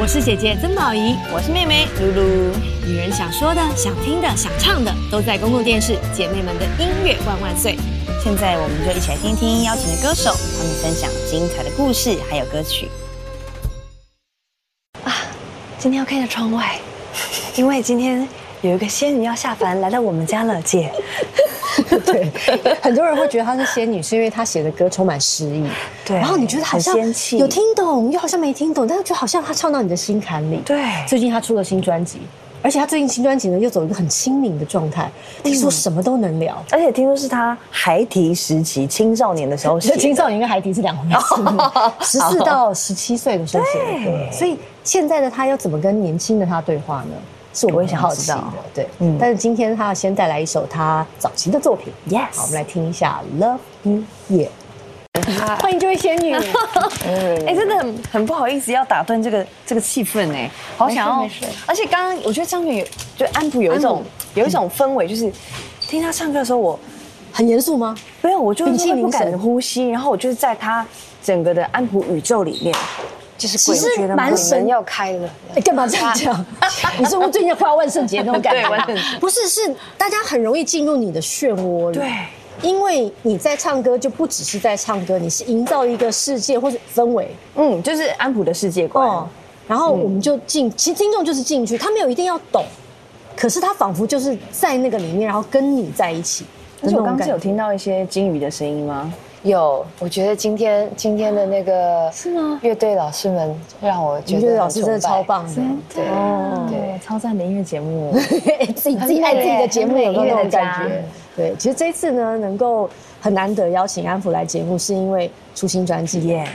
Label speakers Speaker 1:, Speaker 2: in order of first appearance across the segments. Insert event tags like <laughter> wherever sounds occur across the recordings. Speaker 1: 我是姐姐曾宝仪，
Speaker 2: 我是妹妹露露。
Speaker 1: 女人想说的、想听的、想唱的，都在公共电视。姐妹们的音乐万万岁！
Speaker 2: 现在我们就一起来听听邀请的歌手，他们分享精彩的故事还有歌曲。
Speaker 3: 啊，今天要看一下窗
Speaker 4: <laughs>
Speaker 3: 外，因为今天有一个仙女要下凡来到我们家了，姐。
Speaker 4: 对，很多人会觉得她是仙女，是因为她写的歌充满诗意。
Speaker 3: 对，
Speaker 4: 然后你觉得好像
Speaker 3: 很仙气
Speaker 4: 有听懂，又好像没听懂，但是就好像她唱到你的心坎里。
Speaker 3: 对
Speaker 4: 最近她出了新专辑，而且她最近新专辑呢又走一个很亲民的状态，听
Speaker 1: 嗯
Speaker 4: 说什么都能聊。
Speaker 3: 而且听说是他孩提时期、青少年的时候写
Speaker 4: 这
Speaker 3: 的，
Speaker 4: 青少年跟孩提是两回事，十四到十七岁的时候写的歌，所以现在的她要怎么跟年轻的她对话呢？是我
Speaker 3: 我
Speaker 4: 们
Speaker 3: 也
Speaker 4: 很
Speaker 3: 想
Speaker 4: 好
Speaker 3: 知
Speaker 4: 奇的
Speaker 3: 道，
Speaker 4: 对，
Speaker 3: 嗯
Speaker 4: 但是今天她要先带来一首她早期的作品
Speaker 3: Yes
Speaker 4: 好，我们来听一下《Love You Yeah》。欢迎这位仙女，
Speaker 2: 哎、真的很很不好意思要打断这个这个气氛哎，好想要
Speaker 4: 没事没事。
Speaker 2: 而且刚刚我觉得张学友就安普有一种有一种氛围，就是听他唱歌的时候我，
Speaker 4: 很严肃吗？
Speaker 2: 没有，我就是
Speaker 4: 屏气
Speaker 2: 会不
Speaker 4: 凝神
Speaker 2: 敢呼吸，然后我就是在他整个的安普宇宙里面，
Speaker 5: 就是
Speaker 4: 其
Speaker 5: 鬼
Speaker 4: 实
Speaker 5: 觉得
Speaker 4: 蛮神
Speaker 5: 门要开了，
Speaker 4: 哎干嘛这样讲？你是不是最近快要万圣节那种感觉
Speaker 2: 对万
Speaker 4: 吗
Speaker 2: 圣节？
Speaker 4: 不是，是大家很容易进入你的漩涡里。
Speaker 2: 对。
Speaker 4: 因为你在唱歌，就不只是在唱歌，你是营造一个世界或者氛围
Speaker 2: 嗯，就是安普的世界观。
Speaker 4: 哦。然后我们就进，其实听众就是进去，他没有一定要懂，可是他仿佛就是在那个里面，然后跟你在一起的
Speaker 2: 而
Speaker 4: 那
Speaker 2: 且
Speaker 4: 种
Speaker 2: 我刚
Speaker 4: 感
Speaker 2: 刚
Speaker 4: 觉。
Speaker 2: 是有听到一些金鱼的声音吗？
Speaker 5: 有，我觉得今天今天的那个是吗？乐队老师们让我觉
Speaker 4: 你觉
Speaker 5: 得
Speaker 4: 得老师真的超棒的，
Speaker 5: 对，
Speaker 4: <laughs>
Speaker 2: 对，哦超赞的音乐节目。
Speaker 4: 哎自己自己爱自己的节目有没有那种感
Speaker 5: 很美
Speaker 4: 觉？对，其实这一次呢，能够很难得邀请安抚来节目，是因为出新专辑
Speaker 3: yes，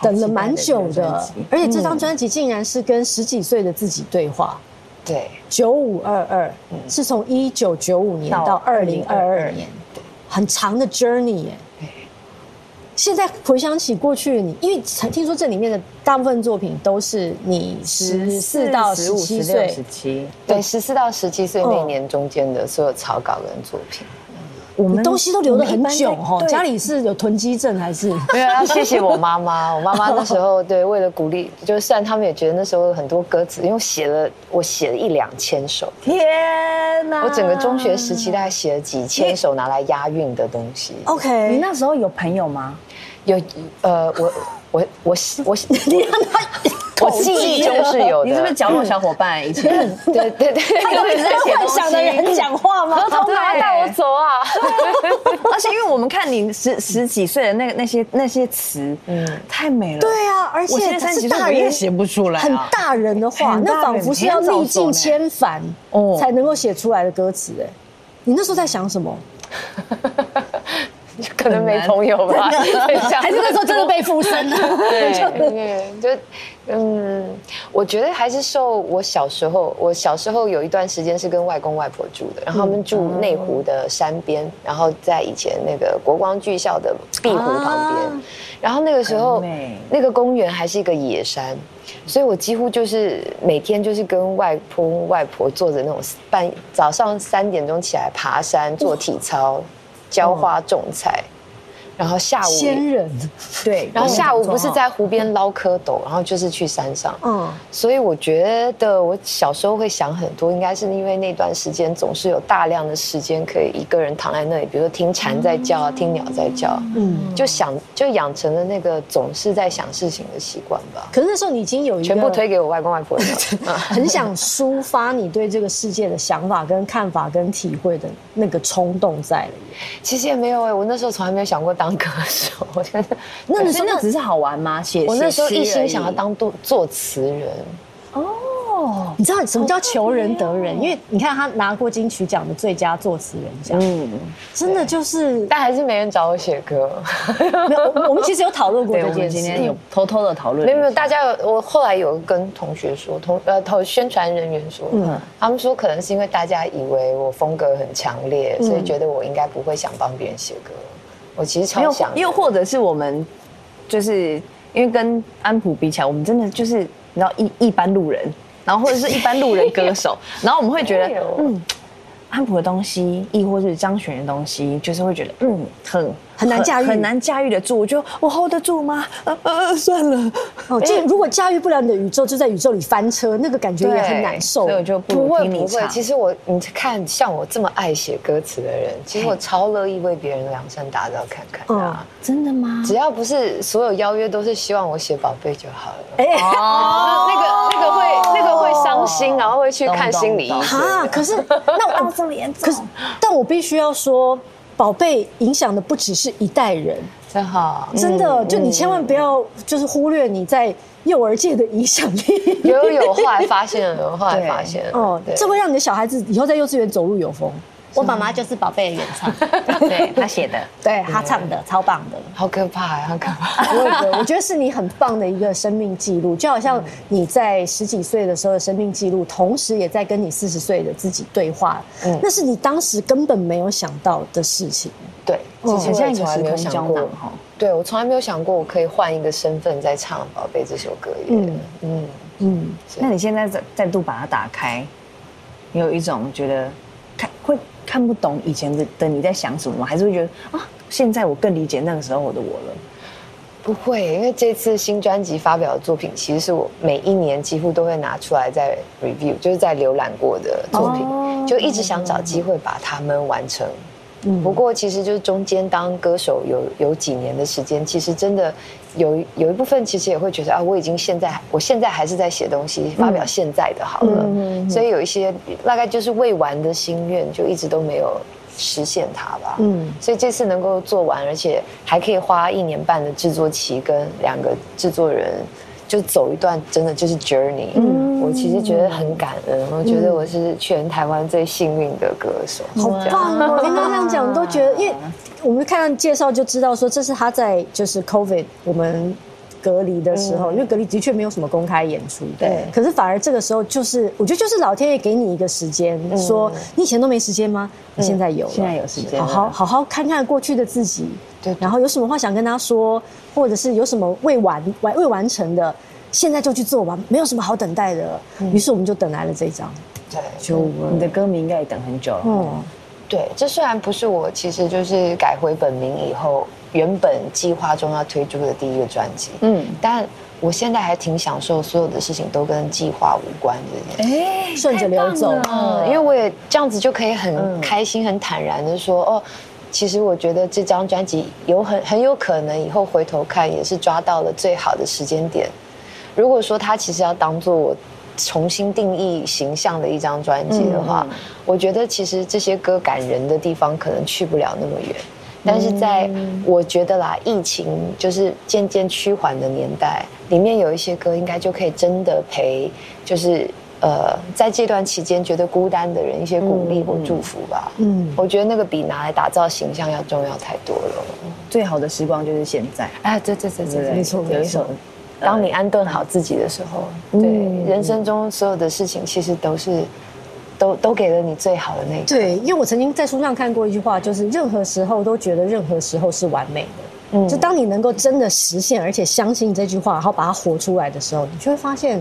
Speaker 4: 等了蛮久
Speaker 3: 好期待这张
Speaker 4: 的
Speaker 3: 专辑，
Speaker 4: 而且这
Speaker 2: 嗯
Speaker 4: 张专辑竟然是跟十几岁的自己对话。
Speaker 5: 对，
Speaker 4: 九五二二是从一九九五年嗯到
Speaker 5: 到
Speaker 4: 二零二二年，很长的 journey 耶。现在回想起过去的你，因为听说这里面的大部分作品都是你十四到十七岁
Speaker 2: 十，七，
Speaker 5: 对，十四到十七岁那
Speaker 4: 嗯
Speaker 5: 一年中间的所有草稿跟作品，
Speaker 2: 我
Speaker 4: 你东西都留得很久
Speaker 2: 我们一般
Speaker 4: 哦。
Speaker 2: 在对
Speaker 4: 家里是有囤积症还是？
Speaker 5: <laughs> 没有要谢谢我妈 <laughs> 妈，我妈妈那时候对为了鼓励，就是虽然他们也觉得那时候很多歌词，因为我写了我写了一两千首，
Speaker 2: 天哪！
Speaker 5: 我整个中学时期大概写了几千首拿来押韵的东西。
Speaker 2: 你
Speaker 4: <laughs> <laughs> OK，
Speaker 2: 那时候有朋友吗？
Speaker 5: 有呃，我我我我
Speaker 4: 你让他
Speaker 5: <laughs> 我记忆中是有的。
Speaker 2: 你是不啊是角落小伙伴？以 <laughs> 前
Speaker 5: 对对对， <laughs> 他
Speaker 4: 跟你在幻想的人讲话 <laughs> 吗？
Speaker 5: 头拿带
Speaker 2: <laughs>
Speaker 5: 我走 <laughs> 啊！
Speaker 2: 而且因为我们看你十十几岁的那个那些那些词，嗯，太美了。
Speaker 4: 对啊，而
Speaker 2: 我现
Speaker 4: 且
Speaker 2: 在三十
Speaker 4: 是
Speaker 2: 几岁，
Speaker 4: 大
Speaker 2: 我也
Speaker 4: 人
Speaker 2: 写不出来啊。
Speaker 4: 很大人的话，
Speaker 2: 很大人
Speaker 4: 那仿佛是要历尽千帆
Speaker 2: 很早走呢哦
Speaker 4: 才能够写出来的歌词。哎，你那时候在想什么？
Speaker 5: 可能没朋友吧，
Speaker 2: 啊
Speaker 4: 还是那时候真的被附身了？
Speaker 2: <laughs>
Speaker 4: <laughs>
Speaker 5: <laughs> 对，就嗯，我觉得还是受我小时候，我小时候有一段时间是跟外公外婆住的，然后他们
Speaker 2: 嗯
Speaker 5: 住内湖的山边，然后在以前那个国光剧校的碧湖旁边，然后那个时候
Speaker 2: 啊很美
Speaker 5: 那个公园还是一个野山。所以我几乎就是每天就是跟外公外婆坐着那种半早上三点钟起来爬山、做体操、浇花、种菜，然后下午
Speaker 4: 仙人，
Speaker 2: 对，
Speaker 4: 哦
Speaker 5: 然后下午不是在湖边捞蝌蚪，然后就是去山上。
Speaker 4: 嗯，
Speaker 5: 所以我觉得我小时候会想很多，应该是因为那段时间总是有大量的时间可以一个人躺在那里，比如说听蝉在叫啊，听鸟在叫，嗯，就想就养成了那个总是在想事情的习惯吧。
Speaker 4: 可是那时候你已经有一个
Speaker 5: 全部推给我外公外婆了。嗯
Speaker 4: <laughs> 很想抒发你对这个世界的想法、跟看法、跟体会的那个冲动在了。
Speaker 5: 其实也没有哎、我那时候从来没有想过当歌手， <laughs> 我真的，
Speaker 2: 那你说那只是好玩吗？写
Speaker 5: 我那时候
Speaker 2: 写诗
Speaker 5: 一
Speaker 2: 而
Speaker 5: 心
Speaker 2: 已
Speaker 5: 想要当作作词人。
Speaker 4: 你知道什么叫求人得人？因为你看他拿过金曲奖的最佳作词人奖，
Speaker 2: 嗯，
Speaker 4: 真的就是
Speaker 5: 但还是没人找我写歌。
Speaker 4: 没有。我我们其实有讨论过
Speaker 2: 对，
Speaker 4: 这
Speaker 2: 我
Speaker 4: 件
Speaker 2: 们今
Speaker 4: 事。嗯
Speaker 2: 天有偷偷的讨论，
Speaker 5: 没有没有，大家有我后来有跟同学说，同呃同宣传人员说，
Speaker 2: 嗯
Speaker 5: 他们说可能是因为大家以为我风格很强烈，所以觉得我应该不会想帮别人写歌。我其
Speaker 2: 没
Speaker 5: 实超
Speaker 2: 有
Speaker 5: 想的，
Speaker 2: 又或者是我们就是因为跟安普比起来，我们真的就是你 <laughs> 知道一一般路人，然后或者是一般路人歌手，然后我们会觉
Speaker 5: 没
Speaker 2: 得
Speaker 5: 有
Speaker 2: 嗯。汉普的东西，亦或是张悬的东西，就是会觉得嗯，很
Speaker 4: 很难驾驭
Speaker 2: 很难驾驭得住。我就我 hold 得住吗？呃呃，算了。哎
Speaker 4: 哦，这如果驾驭不了你的宇宙，就在宇宙里翻车，那个感觉也很难受
Speaker 2: 所以。我就不
Speaker 5: 不
Speaker 2: 如
Speaker 5: 会
Speaker 2: 听
Speaker 5: 不
Speaker 2: 你
Speaker 5: 会，
Speaker 2: 唱。
Speaker 5: 其实我你看，像我这么爱写歌词的人，其实我超乐意为别人量身打造看看的啊。
Speaker 4: 真的吗？
Speaker 5: 只要不是所有邀约都是希望我写宝贝就好了。
Speaker 4: 哎，
Speaker 2: 哦
Speaker 5: 那个那个会那个会伤心，然后会去看心理医生。
Speaker 4: 哈，可是那
Speaker 2: <laughs>
Speaker 4: 我
Speaker 3: 这么严
Speaker 4: 可是，但我必须要说，宝贝影响的不只是一代人，
Speaker 5: 真
Speaker 2: 嗯
Speaker 5: 好，
Speaker 4: 真的，就你千万不要就是忽略你在幼儿界的影响力。
Speaker 5: 有有有，后来发现了，有后来发现了。
Speaker 4: 哦
Speaker 5: 哦，，对
Speaker 4: 这会让你的小孩子以后在幼稚园走路有风。
Speaker 6: 我妈
Speaker 2: 嗯
Speaker 6: 妈就是宝贝的原
Speaker 2: <laughs>
Speaker 6: 唱，
Speaker 2: <laughs> 对他写 <laughs> 的，
Speaker 6: 对她唱的超棒的。
Speaker 5: 好可怕啊呀，好可怕。
Speaker 4: 我也觉得，我觉得是你很棒的一个生命记录，就好像你在十几岁的时候的生命记录，同时也在跟你四十岁的自己对话，那是你当时根本没有想到的事情。
Speaker 5: <laughs> 对，之
Speaker 2: 很
Speaker 5: 前嗯我
Speaker 2: 像
Speaker 5: 也
Speaker 2: 一个
Speaker 5: 从来
Speaker 2: 时
Speaker 5: 没有
Speaker 2: 空
Speaker 5: 想
Speaker 2: 胶
Speaker 5: 过
Speaker 2: 囊。哈。
Speaker 5: 对，我从来没有想过我可以换一个身份再唱《宝贝》这首歌耶。嗯嗯，
Speaker 4: 嗯，
Speaker 2: 那你现在再再度把它打开，你有一种觉得看会看不懂以前的的你在想什么吗？还是会觉得啊，现在我更理解那个时候的我了？
Speaker 5: 不会，因为这次新专辑发表的作品，其实是我每一年几乎都会拿出来在 review，就是在浏览过的作品，就一直想找机会把它们完成。不过其实就是中间当歌手有有几年的时间，其实真的有有一部分其实也会觉得啊，我已经现在我现在还是在写东西，发表现在的好了，所以有一些大概就是未完的心愿，就一直都没有实现它吧。嗯，所以这次能够做完，而且还可以花一年半的制作期跟两个制作人。就走一段真的就是 journey，、我其实觉得很感恩，我觉得我是全台湾最幸运的歌手，
Speaker 4: 好
Speaker 2: 啊
Speaker 4: 棒哦！听他这样讲，我都觉
Speaker 2: <laughs>
Speaker 4: 得，因为我们看到介绍就知道说，这是他在就是 COVID 我们隔离的时
Speaker 2: 嗯
Speaker 4: 候，因为隔离的确没有什么公开演出，
Speaker 5: 对
Speaker 4: 可是反而这个时候，就是我觉得就是老天爷给你一个时间，说你以前都没时间吗？你现在有了，
Speaker 2: 嗯现在有时间了
Speaker 4: 好好好好看看过去的自己，
Speaker 5: 对
Speaker 4: 然后有什么话想跟他说，或者是有什么未完完未完成的。现在就去做吧，没有什么好等待的了。
Speaker 2: 嗯
Speaker 4: 于是我们就等来了这一张
Speaker 5: 对，
Speaker 4: 九五
Speaker 2: 你的歌迷应该也等很久了。
Speaker 4: 嗯
Speaker 5: 对，这虽然不是我，其实就是改回本名以后，原本计划中要推出的第一个专辑。嗯，但我现在还挺享受所有的事情都跟计划无关这件事。
Speaker 2: 哎
Speaker 4: 顺着流走。
Speaker 5: 嗯，因为我也这样子就可以很开心、很坦然的说，哦，其实我觉得这张专辑有很很有可能以后回头看也是抓到了最好的时间点。如果说它其实要当做我重新定义形象的一张专辑的话，我觉得其实这些歌感人的地方可能去不了那么远。但是在我觉得啦，疫情就是渐渐趋缓的年代，里面有一些歌应该就可以真的陪，就是呃，在这段期间觉得孤单的人一些鼓励或祝福吧。嗯，我觉得那个比拿来打造形象要重要太多了。
Speaker 2: 最好的时光就是现在，
Speaker 5: 哎，对对对
Speaker 2: 对不对？
Speaker 5: 没错
Speaker 2: 有一首
Speaker 5: 当你安顿好自己的时候，嗯对人生中所有的事情其实都是，都都给了你最好的那一刻。
Speaker 4: 对，因为我曾经在书上看过一句话，就是任何时候都觉得任何时候是完美的。嗯，就当你能够真的实现，而且相信这句话，然后把它活出来的时候，你就会发现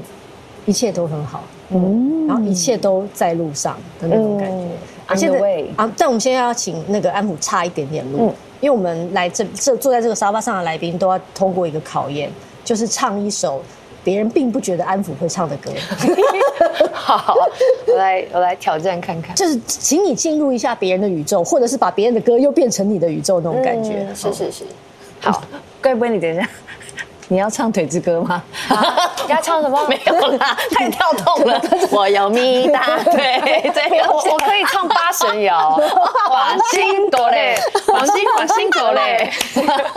Speaker 4: 一切都很好。嗯，然后一切都在路上的那种感觉。啊，
Speaker 2: On the
Speaker 4: 现在
Speaker 2: way
Speaker 4: 啊，但我们现在要请那个安普差一点点路，因为我们来这这坐在这个沙发上的来宾都要通过一个考验，就是唱一首别人并不觉得安普会唱的歌。
Speaker 5: 好，我来我来挑战看看。
Speaker 4: 就是请你进入一下别人的宇宙，或者是把别人的歌又变成你的宇宙那种感觉。
Speaker 5: 嗯是是是，
Speaker 2: <laughs>
Speaker 5: 好，
Speaker 2: 该不会你等一下你要唱《腿之歌》吗？啊
Speaker 5: 要唱什么？
Speaker 2: <laughs>
Speaker 5: 没有啦，
Speaker 6: 太跳动了，我有咪哒，
Speaker 5: <laughs>
Speaker 6: 对，这个
Speaker 5: 我我可以唱八神谣， <laughs> 往心朵嘞，往心往心朵嘞。 <laughs>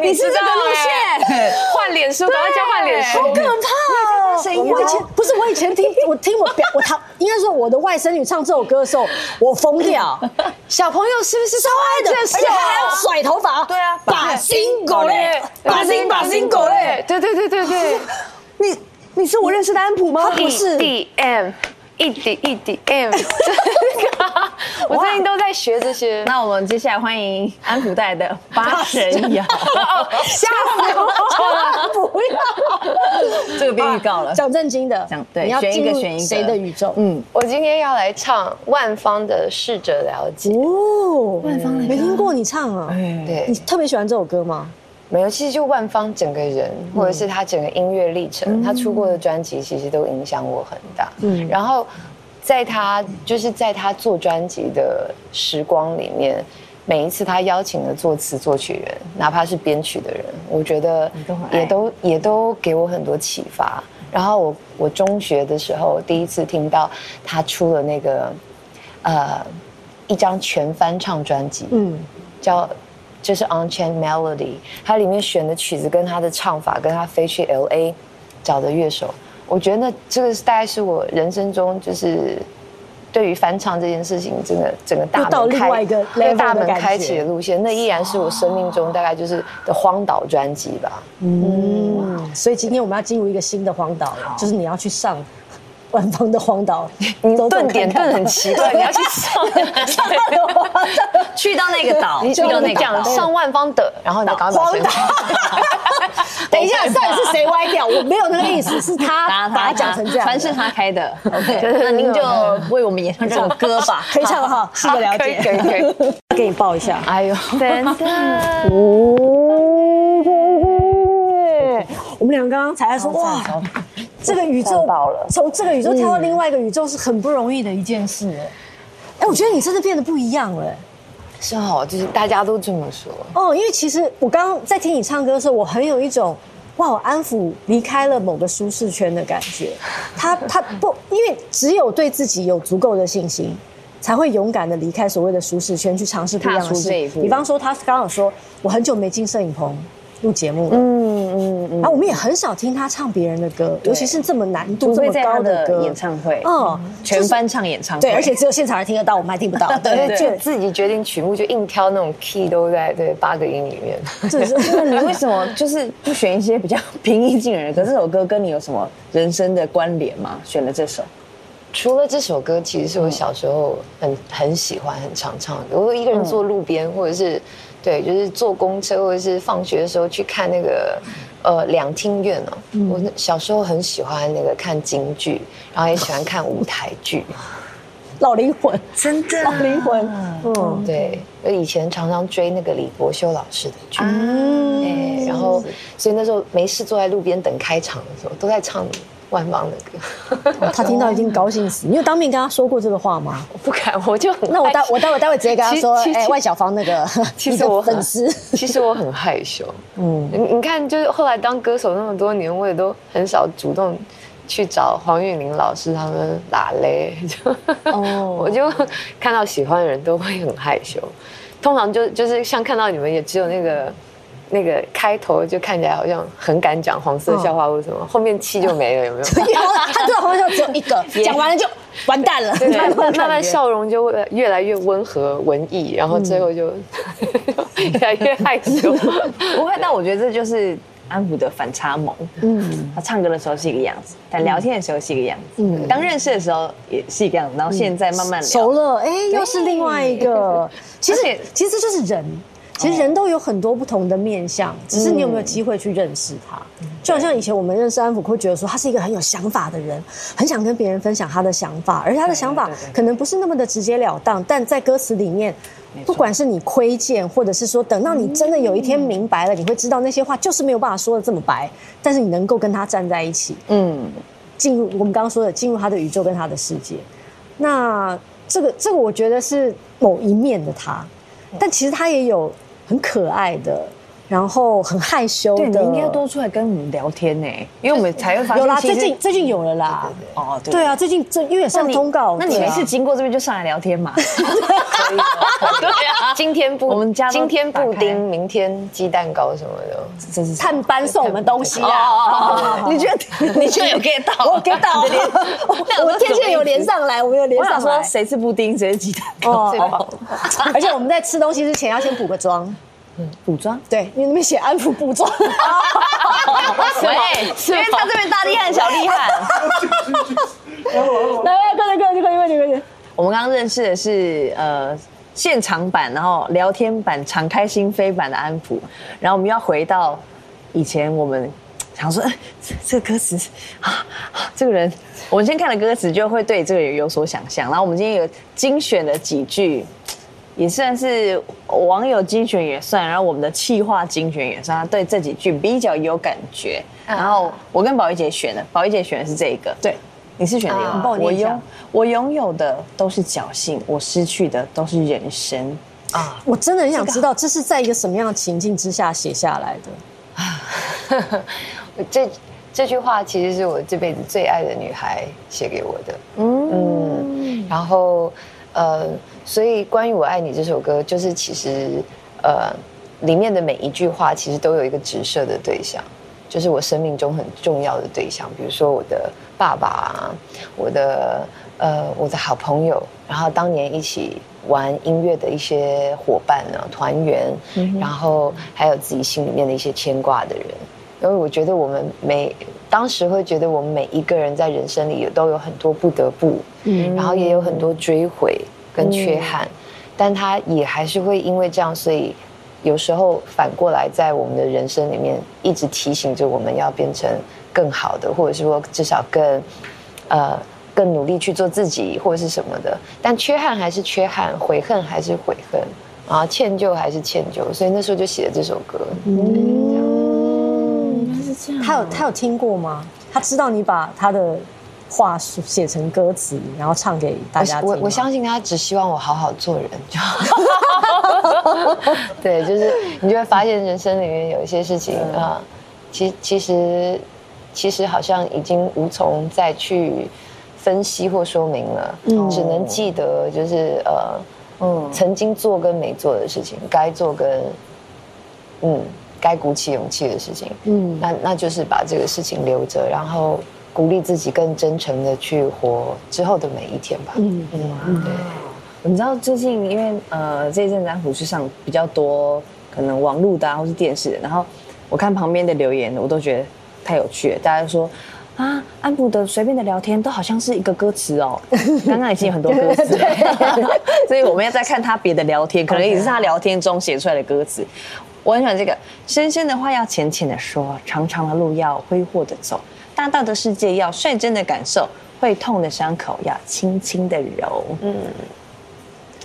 Speaker 5: 你是这个路线，换脸书，赶快叫换脸书。
Speaker 4: 可怕哦！我以前不是我以前听我听我表我堂应该说我的外甥女唱这首歌的时候，我疯 <laughs> 掉。小朋友是不是超爱的？而且还要甩头发。对啊，把心狗嘞，把心把心狗嘞。
Speaker 5: 对对对对 <laughs> 对，
Speaker 2: 你你是我认识的安普吗？
Speaker 4: 不是
Speaker 5: D M。一滴一滴 M，这个 <laughs> 我最近都在学这些。
Speaker 2: 那我们接下来欢迎安普带来的《八神谣》。
Speaker 4: <laughs>
Speaker 5: 吓死我了！
Speaker 4: 不要！
Speaker 2: <laughs> 这个别预告了。
Speaker 4: 讲正经的
Speaker 2: 讲，对
Speaker 4: 你要
Speaker 2: 选一
Speaker 4: 进
Speaker 2: 个
Speaker 4: 入
Speaker 2: 选一个
Speaker 4: 谁的宇宙？
Speaker 2: 嗯，
Speaker 5: 我今天要来唱万芳的《试着了解》，
Speaker 4: 哦，万芳没听过你唱啊？
Speaker 2: 哎，
Speaker 5: 对
Speaker 4: 你，特别喜欢这首歌吗？
Speaker 5: 没有，其实就万芳整个人，
Speaker 2: 嗯
Speaker 5: 或者是她整个音乐历程，她出过的专辑其实都影响我很大。嗯，然后在她就是在她做专辑的时光里面，每一次她邀请的作词作曲人，哪怕是编曲的人，我觉得
Speaker 2: 你都很爱
Speaker 5: 也都也都给我很多启发。然后我我中学的时候第一次听到她出了那个呃一张全翻唱专辑，
Speaker 4: 嗯，
Speaker 5: 叫就是 On Chain Melody，它里面选的曲子跟他的唱法，跟他飞去 L A 找的乐手，我觉得这个是大概是我人生中就是对于翻唱这件事情，真的整个大
Speaker 4: 又到
Speaker 5: 门
Speaker 4: 另
Speaker 5: 开
Speaker 4: 外一个
Speaker 5: 对
Speaker 4: level
Speaker 5: 大
Speaker 4: 的
Speaker 5: 门
Speaker 4: 感
Speaker 5: 开
Speaker 4: 觉
Speaker 5: 启的路线，那依然是我生命中大概就是的荒岛专辑吧。
Speaker 4: 嗯，所以今天我们要进入一个新的荒岛了，就是你要去上 <laughs> 万芳的荒 <laughs> 岛，
Speaker 5: 你
Speaker 4: 走走
Speaker 5: 顿点
Speaker 4: 看看
Speaker 5: 顿很奇怪，你
Speaker 4: <laughs>
Speaker 5: 要去上
Speaker 2: <laughs>
Speaker 6: 去到那个岛，
Speaker 5: 你
Speaker 6: 去到那
Speaker 5: 你
Speaker 6: 个
Speaker 5: 讲
Speaker 6: 岛，
Speaker 5: 上万方的，然后你赶快把
Speaker 4: 荒
Speaker 5: 声
Speaker 4: 岛。等一下，上一次谁歪 <laughs> 掉？我没有那个意思，是他
Speaker 6: 他
Speaker 4: 把它讲成这样
Speaker 6: 船
Speaker 4: 的。
Speaker 6: 是他开的。OK，那您就为我们演唱这首歌吧。
Speaker 2: <laughs>
Speaker 4: 可以唱哈，是个了
Speaker 5: 可以可以
Speaker 4: 解。
Speaker 5: 可以，
Speaker 4: 给你抱一下，
Speaker 5: 哎呦，
Speaker 4: 我们俩刚刚才在说哇，这个宇宙
Speaker 5: 到了
Speaker 4: 从这个宇宙跳到另外一个宇宙是很不容易的一件事。哎，我觉得你真的变得不一样了。
Speaker 5: <laughs>
Speaker 4: 哎
Speaker 5: 是哦，就是大家都这么说。
Speaker 4: 哦，因为其实我刚刚在听你唱歌的时候，我很有一种哇，我安抚离开了某个舒适圈的感觉。他他不，因为只有对自己有足够的信心，才会勇敢的离开所谓的舒适圈，去尝试不一样
Speaker 6: 踏
Speaker 4: 的
Speaker 6: 出
Speaker 4: 事
Speaker 6: 这一。步
Speaker 4: 比方说，他刚好说，我很久没进摄影棚录节目了。嗯嗯嗯。然后我们也很少听他唱别人的歌，尤其是这么难度
Speaker 2: 除
Speaker 4: 这
Speaker 2: 非
Speaker 4: 么
Speaker 2: 在
Speaker 4: 高
Speaker 2: 他
Speaker 4: 的
Speaker 2: 的
Speaker 4: 歌
Speaker 2: 演。唱会，嗯
Speaker 4: 哦，
Speaker 6: 全翻唱演唱会，
Speaker 4: 对，而且只有现场人听得到，我们还听不到。对
Speaker 5: 就自己决定曲目，就硬挑那种 key 都在对八个音里面。
Speaker 4: 这是
Speaker 2: 那 <laughs> 你为什么就是不选一些比较 <laughs> 平易近人的歌？可这首歌跟你有什么人生的关联吗？选了这首，
Speaker 5: 除了这首歌，其实是我小时候很很喜欢、很常唱的歌。我一个人坐路边，或者是对，就是坐公车，或者是放学的时候去看那个呃两厅院哦。我那小时候很喜欢那个看京剧，然后也喜欢看舞台剧。
Speaker 4: 老灵魂，
Speaker 2: 真的
Speaker 4: 老灵魂。嗯，
Speaker 5: 对，我以前常常追那个李国修老师的剧，哎，然后所以那时候没事坐在路边等开场的时候，都在唱万芳的歌。
Speaker 4: <laughs> 他听到一定高兴死。你有当面跟他说过这个话吗？
Speaker 5: <laughs> 我不敢，我就很
Speaker 4: 那我
Speaker 5: 害
Speaker 4: 待
Speaker 5: 羞
Speaker 4: 我待会待会直接跟他说，
Speaker 5: 哎其其
Speaker 4: 哎、
Speaker 5: 其
Speaker 4: 万小芳那个，
Speaker 5: <laughs> 其
Speaker 4: 你
Speaker 5: 实
Speaker 4: 的
Speaker 5: 我很
Speaker 4: 粉丝，
Speaker 5: <laughs>
Speaker 4: <laughs>
Speaker 5: 其实我很害羞。嗯，你你看，就是后来当歌手那么多年，我也都很少主动去找黄韵玲老师他们打擂， <laughs> 就、
Speaker 4: 哦
Speaker 5: <laughs> 我就看到喜欢的人都会很害羞。通常就就是像看到你们，也只有那个那个开头就看起来好像很敢讲黄
Speaker 4: 嗯
Speaker 5: 色笑话或什么，后面气就没了，有没有？
Speaker 4: 因为他这个朋友只有一
Speaker 5: <laughs>
Speaker 4: 个，讲完了就 <laughs> 完蛋了。
Speaker 5: 对，
Speaker 4: 那
Speaker 5: 慢
Speaker 4: 种感
Speaker 5: 慢
Speaker 4: 觉
Speaker 5: 慢慢笑容就会越来越温和文艺，然后最后就、 <laughs> 越来越害羞。
Speaker 2: 不会，但我觉得这就是安抚的反差萌。嗯，他唱歌的时候是一个样子，但聊天的时候是一个样子。嗯，当认识的时候也是一个样子，然后现在慢慢聊。
Speaker 4: 熟了，哎、又是另外一
Speaker 2: <laughs>
Speaker 4: 个。其
Speaker 2: 而
Speaker 4: 实
Speaker 2: 且
Speaker 4: 其实就是人，其实人都有很多不同的面相，
Speaker 2: 哦
Speaker 4: 只是你有没有机会去认识他。
Speaker 2: 嗯
Speaker 4: 就好像以前我们认识安抚，会觉得说他是一个很有想法的人，很想跟别人分享他的想法，而且他的想法可能不是那么的直截了当，但在歌词里面。不管是你窥见，或者是说等到你
Speaker 2: 嗯
Speaker 4: 真的有一天明白了，你会知道那些话就是没有办法说的这么白，但是你能够跟他站在一起，
Speaker 2: 嗯，
Speaker 4: 进入我们刚刚说的进入他的宇宙跟他的世界。那这个这个我觉得是某一面的他，但其实他也有很可爱的，然后很害羞
Speaker 2: 对，
Speaker 4: 的。
Speaker 2: 你应该要多出来跟我们聊天呢，因为我们才会发现。
Speaker 4: 有啦，
Speaker 2: 其实
Speaker 4: 最近最近有了啦。
Speaker 2: 哦，对
Speaker 4: 对啊，最近这因为有上通告，
Speaker 2: 那你
Speaker 4: 对
Speaker 2: 每
Speaker 4: 啊
Speaker 2: 次经过这边就上来聊天嘛？ <laughs>
Speaker 5: 对啊，今天布
Speaker 2: 我们家都
Speaker 5: 今天布
Speaker 2: 打开
Speaker 5: 丁，明天鸡蛋糕什么的。
Speaker 2: 真是
Speaker 4: 探班送我们东西
Speaker 6: 哦
Speaker 4: 啊。你觉得你
Speaker 6: 你居然有 get 到，
Speaker 4: 我 get 到，我我天线有连上来，我们有连
Speaker 2: 我想
Speaker 4: 上
Speaker 2: 说
Speaker 4: 来。
Speaker 2: 谁是布丁，谁是鸡蛋糕？
Speaker 4: 哦，哦哦而且我们在吃东西之前要先补个妆，
Speaker 2: 补妆
Speaker 4: 对，因为那边写安抚补妆。哦
Speaker 2: <laughs>
Speaker 6: 喂，因为他这边大厉害，小厉害。
Speaker 4: 来来，快点快点快点快点快点！
Speaker 2: 我们刚刚认识的是呃现场版，然后聊天版、敞开心扉版的安抚，然后我们要回到以前我们想说，呃这这个歌词啊，啊这个人，我们先看了歌词，就会对这个人有所想象。然后我们今天有精选了几句，也算是网友精选也算，然后我们的企划精选也算，他对这几句比较有感觉。然后我跟宝仪姐选的，宝仪姐选的是这一个，对，你是选的啊
Speaker 3: 你啊帮我
Speaker 2: 我
Speaker 3: 念一下
Speaker 2: 拥我拥有的都是侥幸，我失去的都是人生。
Speaker 4: 我真的很想知道这是在一个什么样的情境之下写下来的。
Speaker 5: <laughs> 这这句话其实是我这辈子最爱的女孩写给我的。嗯然后呃，所以关于《我爱你》这首歌，就是其实呃里面的每一句话，其实都有一个直射的对象，就是我生命中很重要的对象，比如说我的爸爸啊，我的呃我的好朋友，然后当年一起。玩音乐的一些伙伴啊，团员，然后还有自己心里面的一些牵挂的人，因为我觉得我们每当时会觉得我们每一个人在人生里也都有很多不得不，嗯，然后也有很多追悔跟缺憾，但他也还是会因为这样，所以有时候反过来在我们的人生里面一直提醒着我们要变成更好的，或者是说至少更呃更努力去做自己或者是什么的，但缺憾还是缺憾，悔恨还是悔恨。啊，歉疚还是歉疚，所以那时候就写了这首歌。
Speaker 4: 他有他有听过吗？他知道你把他的话写成歌词，然后唱给大家听
Speaker 5: 我
Speaker 4: 吗
Speaker 5: 我我相信他只希望我好好做人，就
Speaker 4: <laughs>
Speaker 5: 对，就是你就会发现人生里面有一些事情
Speaker 4: 嗯
Speaker 5: 啊，其其实其实好像已经无从再去分析或说明了，
Speaker 4: 嗯
Speaker 5: 只
Speaker 4: 哦
Speaker 5: 能记得就是呃，嗯，曾经做跟没做的事情，该做跟嗯该鼓起勇气的事情，嗯，那那就是把这个事情留着，然后鼓励自己更真诚的去活之后的每一天吧。嗯嗯，对。
Speaker 2: 你知道最近因为呃这一阵子在虎视上比较多，可能网络的、啊、或是电视的，然后我看旁边的留言，我都觉得太有趣了。大家都说啊，安普的随便的聊天都好像是一个歌词哦，刚刚已经有很多歌词了， <laughs> 所以我们要再看他别的聊天，可能也是他聊天中写出来的歌词。我很喜欢这个，深深的话要浅浅的说，长长的路要挥霍的走，大大的世界要率真的感受，会痛的伤口要轻轻的揉。
Speaker 5: 嗯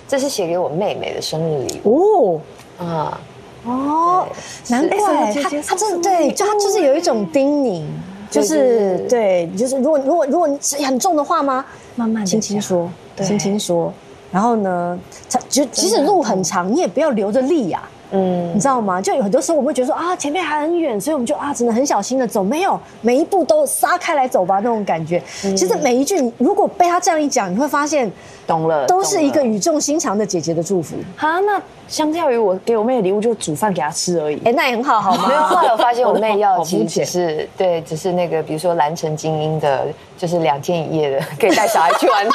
Speaker 5: 这是写给我妹妹的生日礼物
Speaker 4: 哦
Speaker 5: 啊、
Speaker 4: 哦，难怪他他真的对，就他就是有一种叮咛，就是对，就是如果如果如果你很重的话吗？慢慢轻轻说，轻轻说。然后呢，他就即使路很长，你也不要留着力啊呀、
Speaker 5: 嗯
Speaker 4: 你，知道吗？就有很多时候我们会觉得说啊，前面还很远，所以我们就啊，只能很小心的走，没有每一步都撒开来走吧那种感觉。其实每一句如果被他这样一讲，你会发现
Speaker 2: 懂了，
Speaker 4: 都是一个
Speaker 2: 懂了
Speaker 4: 语重心长的姐姐的祝福。
Speaker 2: 啊。那相较于我给我妹的礼物，就煮饭给她吃而已。
Speaker 4: 哎，那也很好，好吗？<laughs>
Speaker 5: 没有。后来我发现我妹要其实
Speaker 2: 好肤
Speaker 5: 只
Speaker 2: 浅
Speaker 5: 是对，只是那个比如说蓝城精英的，就是两天一夜的，可以带小孩去玩的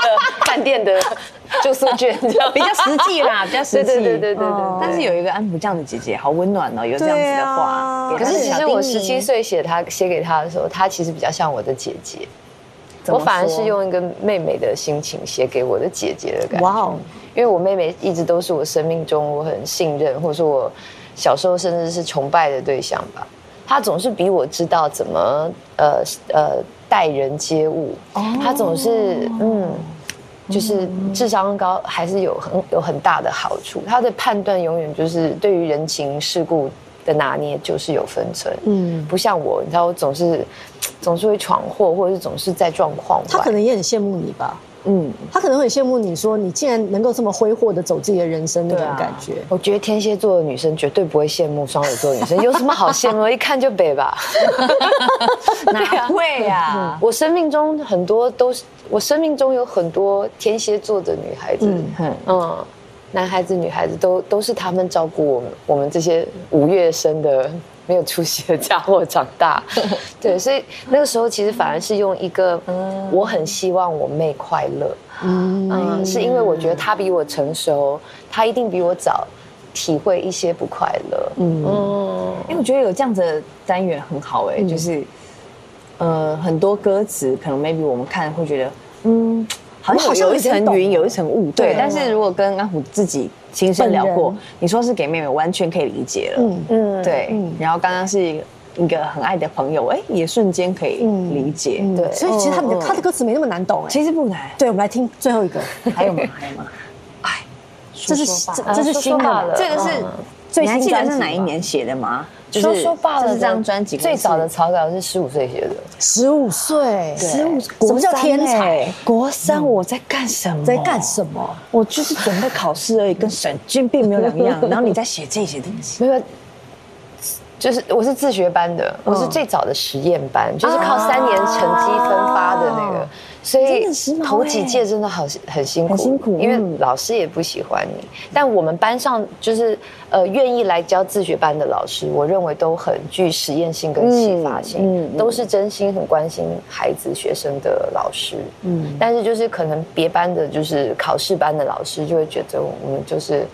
Speaker 5: 饭店的住宿券，这
Speaker 2: <laughs>
Speaker 5: 样
Speaker 2: 比较实际啦，比较实
Speaker 5: 对
Speaker 2: 际。
Speaker 5: 对对对对对。
Speaker 2: 但是有一个安抚这样的姐姐，好温暖哦，有这样子的话。给
Speaker 5: 啊可
Speaker 2: 她
Speaker 5: 是其
Speaker 2: 小
Speaker 5: 实
Speaker 2: 叮咛
Speaker 5: 我十七，岁写他写给他的时候，他其实比较像我的姐姐，我反而是用一个妹妹的心情写给我的姐姐的感觉。
Speaker 4: 哇哦，
Speaker 5: 因为我妹妹一直都是我生命中我很信任，或者说我小时候甚至是崇拜的对象吧。她总是比我知道怎么呃呃待人接物，她总是嗯。就是智商高还是有很有很大的好处，她的判断永远就是对于人情世故的拿捏就是有分寸，嗯，不像我，你知道我总是总是会闯祸，或者是总是在状况外。
Speaker 4: 他可能也很羡慕你吧？
Speaker 2: 嗯，
Speaker 4: 他可能很羡慕你说你竟然能够这么挥霍的走自己的人生那种感觉。
Speaker 5: 我觉得天蝎座的女生绝对不会羡慕双子座的女生，有什么好羡慕？一看就北吧。
Speaker 2: 哪会啊呀？
Speaker 5: 我生命中很多都是，我生命中有很多天蝎座的女孩子，嗯
Speaker 2: 嗯
Speaker 5: 男孩子、女孩子都都是他们照顾我们，我们这些五月生的没有出息的家伙长 <laughs> 大。对，所以那个时候其实反而是用一个，我很希望我妹快乐，嗯，是因为我觉得她比我成熟，她一定比我早体会一些不快乐，嗯
Speaker 2: 因为我觉得有这样子的单元很好哎、就是，呃，很多歌词可能 maybe 我们看会觉得，嗯，好
Speaker 4: 好
Speaker 2: 像
Speaker 4: 像
Speaker 2: 有一
Speaker 4: 有点
Speaker 2: 层
Speaker 4: 懂
Speaker 2: 云，有一层雾。对，但是如果跟安虎自己亲身聊
Speaker 4: 本人
Speaker 2: 过，你说是给妹妹，完全可以理解了。嗯
Speaker 5: 嗯，
Speaker 2: 对，然后刚刚是一个很爱的朋友，哎，也瞬间可以理解。
Speaker 6: 嗯
Speaker 5: 对
Speaker 4: 嗯所以其实他
Speaker 6: 哦
Speaker 4: 的他的歌词没那么难懂哎。
Speaker 2: 其实不难，
Speaker 4: 对，我们来听最后一个，
Speaker 2: 还有吗？还有吗？
Speaker 4: 这是这这
Speaker 6: 啊
Speaker 4: 是新
Speaker 5: 说罢
Speaker 4: 的
Speaker 5: 了，
Speaker 6: 这个是嗯
Speaker 4: 最
Speaker 6: 你还
Speaker 4: 新
Speaker 6: 记
Speaker 4: 专
Speaker 6: 得
Speaker 4: 辑
Speaker 6: 是
Speaker 4: 吗
Speaker 6: 哪一？年写的吗？
Speaker 5: 说说罢了
Speaker 6: 这
Speaker 5: 的，
Speaker 6: 是这张专辑
Speaker 5: 最早的草稿是十五岁写的，
Speaker 4: 十五岁，
Speaker 5: 对
Speaker 4: 15什么叫天才？
Speaker 2: 欸国三我在干什么？
Speaker 4: 在干什么？
Speaker 2: 我就是准备考试而已，跟神经病没有两样。然后你在写这些东西，
Speaker 5: 没有，就是我是自学班的，我
Speaker 2: 嗯
Speaker 5: 是最早的实验班，就是靠三年
Speaker 2: 啊
Speaker 5: 成绩分发的那个，所以头几届真的好很辛苦，
Speaker 2: 欸很辛苦嗯
Speaker 5: 因为老师也不喜欢你。但我们班上就是呃愿意来教自学班的老师，我认为都很具实验性跟启发
Speaker 2: 嗯嗯
Speaker 5: 性，
Speaker 2: 嗯
Speaker 5: 都是真心很关心孩子学生的老师。嗯，但是就是可能别班的，就是考试班的老师就会觉得我们就是。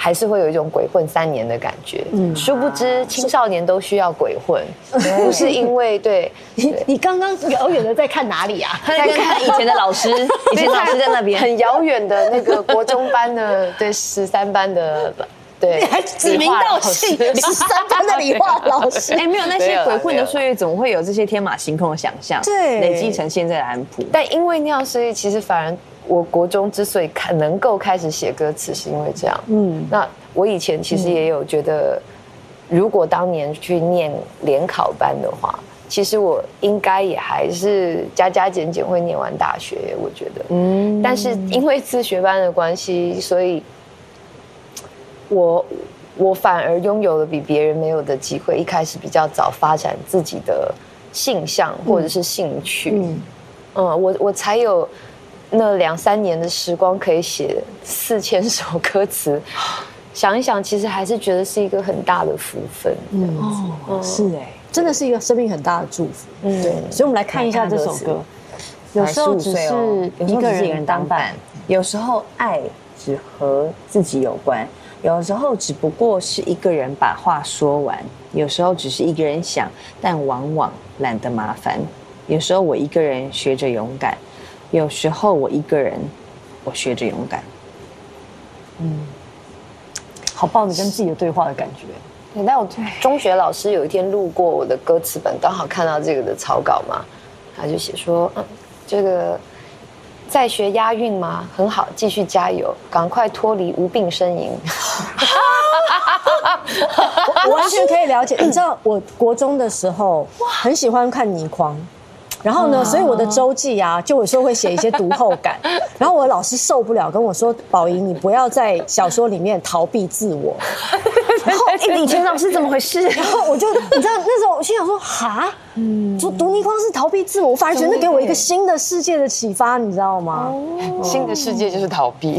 Speaker 5: 还是会有一种鬼混三年的感觉。嗯，殊不知青少年都需要鬼混，不是因为 <laughs> 对，
Speaker 4: 你 <laughs> 你刚刚遥远的在看哪里啊？
Speaker 6: 他在跟他以前的老师，以前老师在那边，
Speaker 5: 很遥远的那个国中班的，对十三班的， <laughs> 对，
Speaker 4: 还指名道姓，十三班的理化老师。
Speaker 6: <laughs>
Speaker 2: <laughs>
Speaker 6: 哎，没有那
Speaker 5: 没有
Speaker 6: 些
Speaker 5: 啦
Speaker 6: 鬼混
Speaker 5: 没有
Speaker 6: 的
Speaker 5: 啦
Speaker 6: 岁月，怎么会有这些天马行空的想象？
Speaker 4: 对
Speaker 6: 累积成现在的安普。
Speaker 5: 但因为那样，所以其实反而我国中之所以看能够开始写歌词，是因为这样。嗯，那我以前其实也有觉得，如果当年去念联考班的话，其实我应该也还是加加减减会念完大学。我觉得，嗯，但是因为自学班的关系，所以我我反而拥有了比别人没有的机会，一开始比较早发展自己的性向或者是兴趣。嗯，我我才有那两三年的时光可以写四千首歌词。 <gasps> 想一想，其实还是觉得是一个很大的福分。嗯
Speaker 2: 哦，是哎，
Speaker 4: 真的是一个生命很大的祝福。
Speaker 5: 嗯，
Speaker 4: 所以我们来看一下这首歌。有时哦候只是一个人当伴，，
Speaker 2: 有时候爱只和自己有关，有时候只不过是一个人把话说完，有时候只是一个人想，但往往懒得麻烦。有时候我一个人学着勇敢，有时候我一个人，我学着勇敢。
Speaker 4: 好抱着跟自己的对话的感觉。
Speaker 5: 对，但我中学老师有一天路过我的歌词本，刚好看到这个的草稿嘛，他就写说，嗯，这个在学押韵吗？很好，继续加油，赶快脱离无病呻吟。
Speaker 4: 我完全可以了解。你知道，我国中的时候很喜欢看倪匡。然后呢，所以我的周记啊，就有时候会写一些读后感。然后我老师受不了，跟我说：“宝仪，你不要在小说里面逃避自我。”然后
Speaker 6: 哎，李全长是怎么回事？
Speaker 4: 然后我就，你知道那时候我心想说，哈，读读倪匡是逃避自我，我反而觉得那给我一个新的世界的启发，你知道吗？
Speaker 5: 新的世界就是逃避。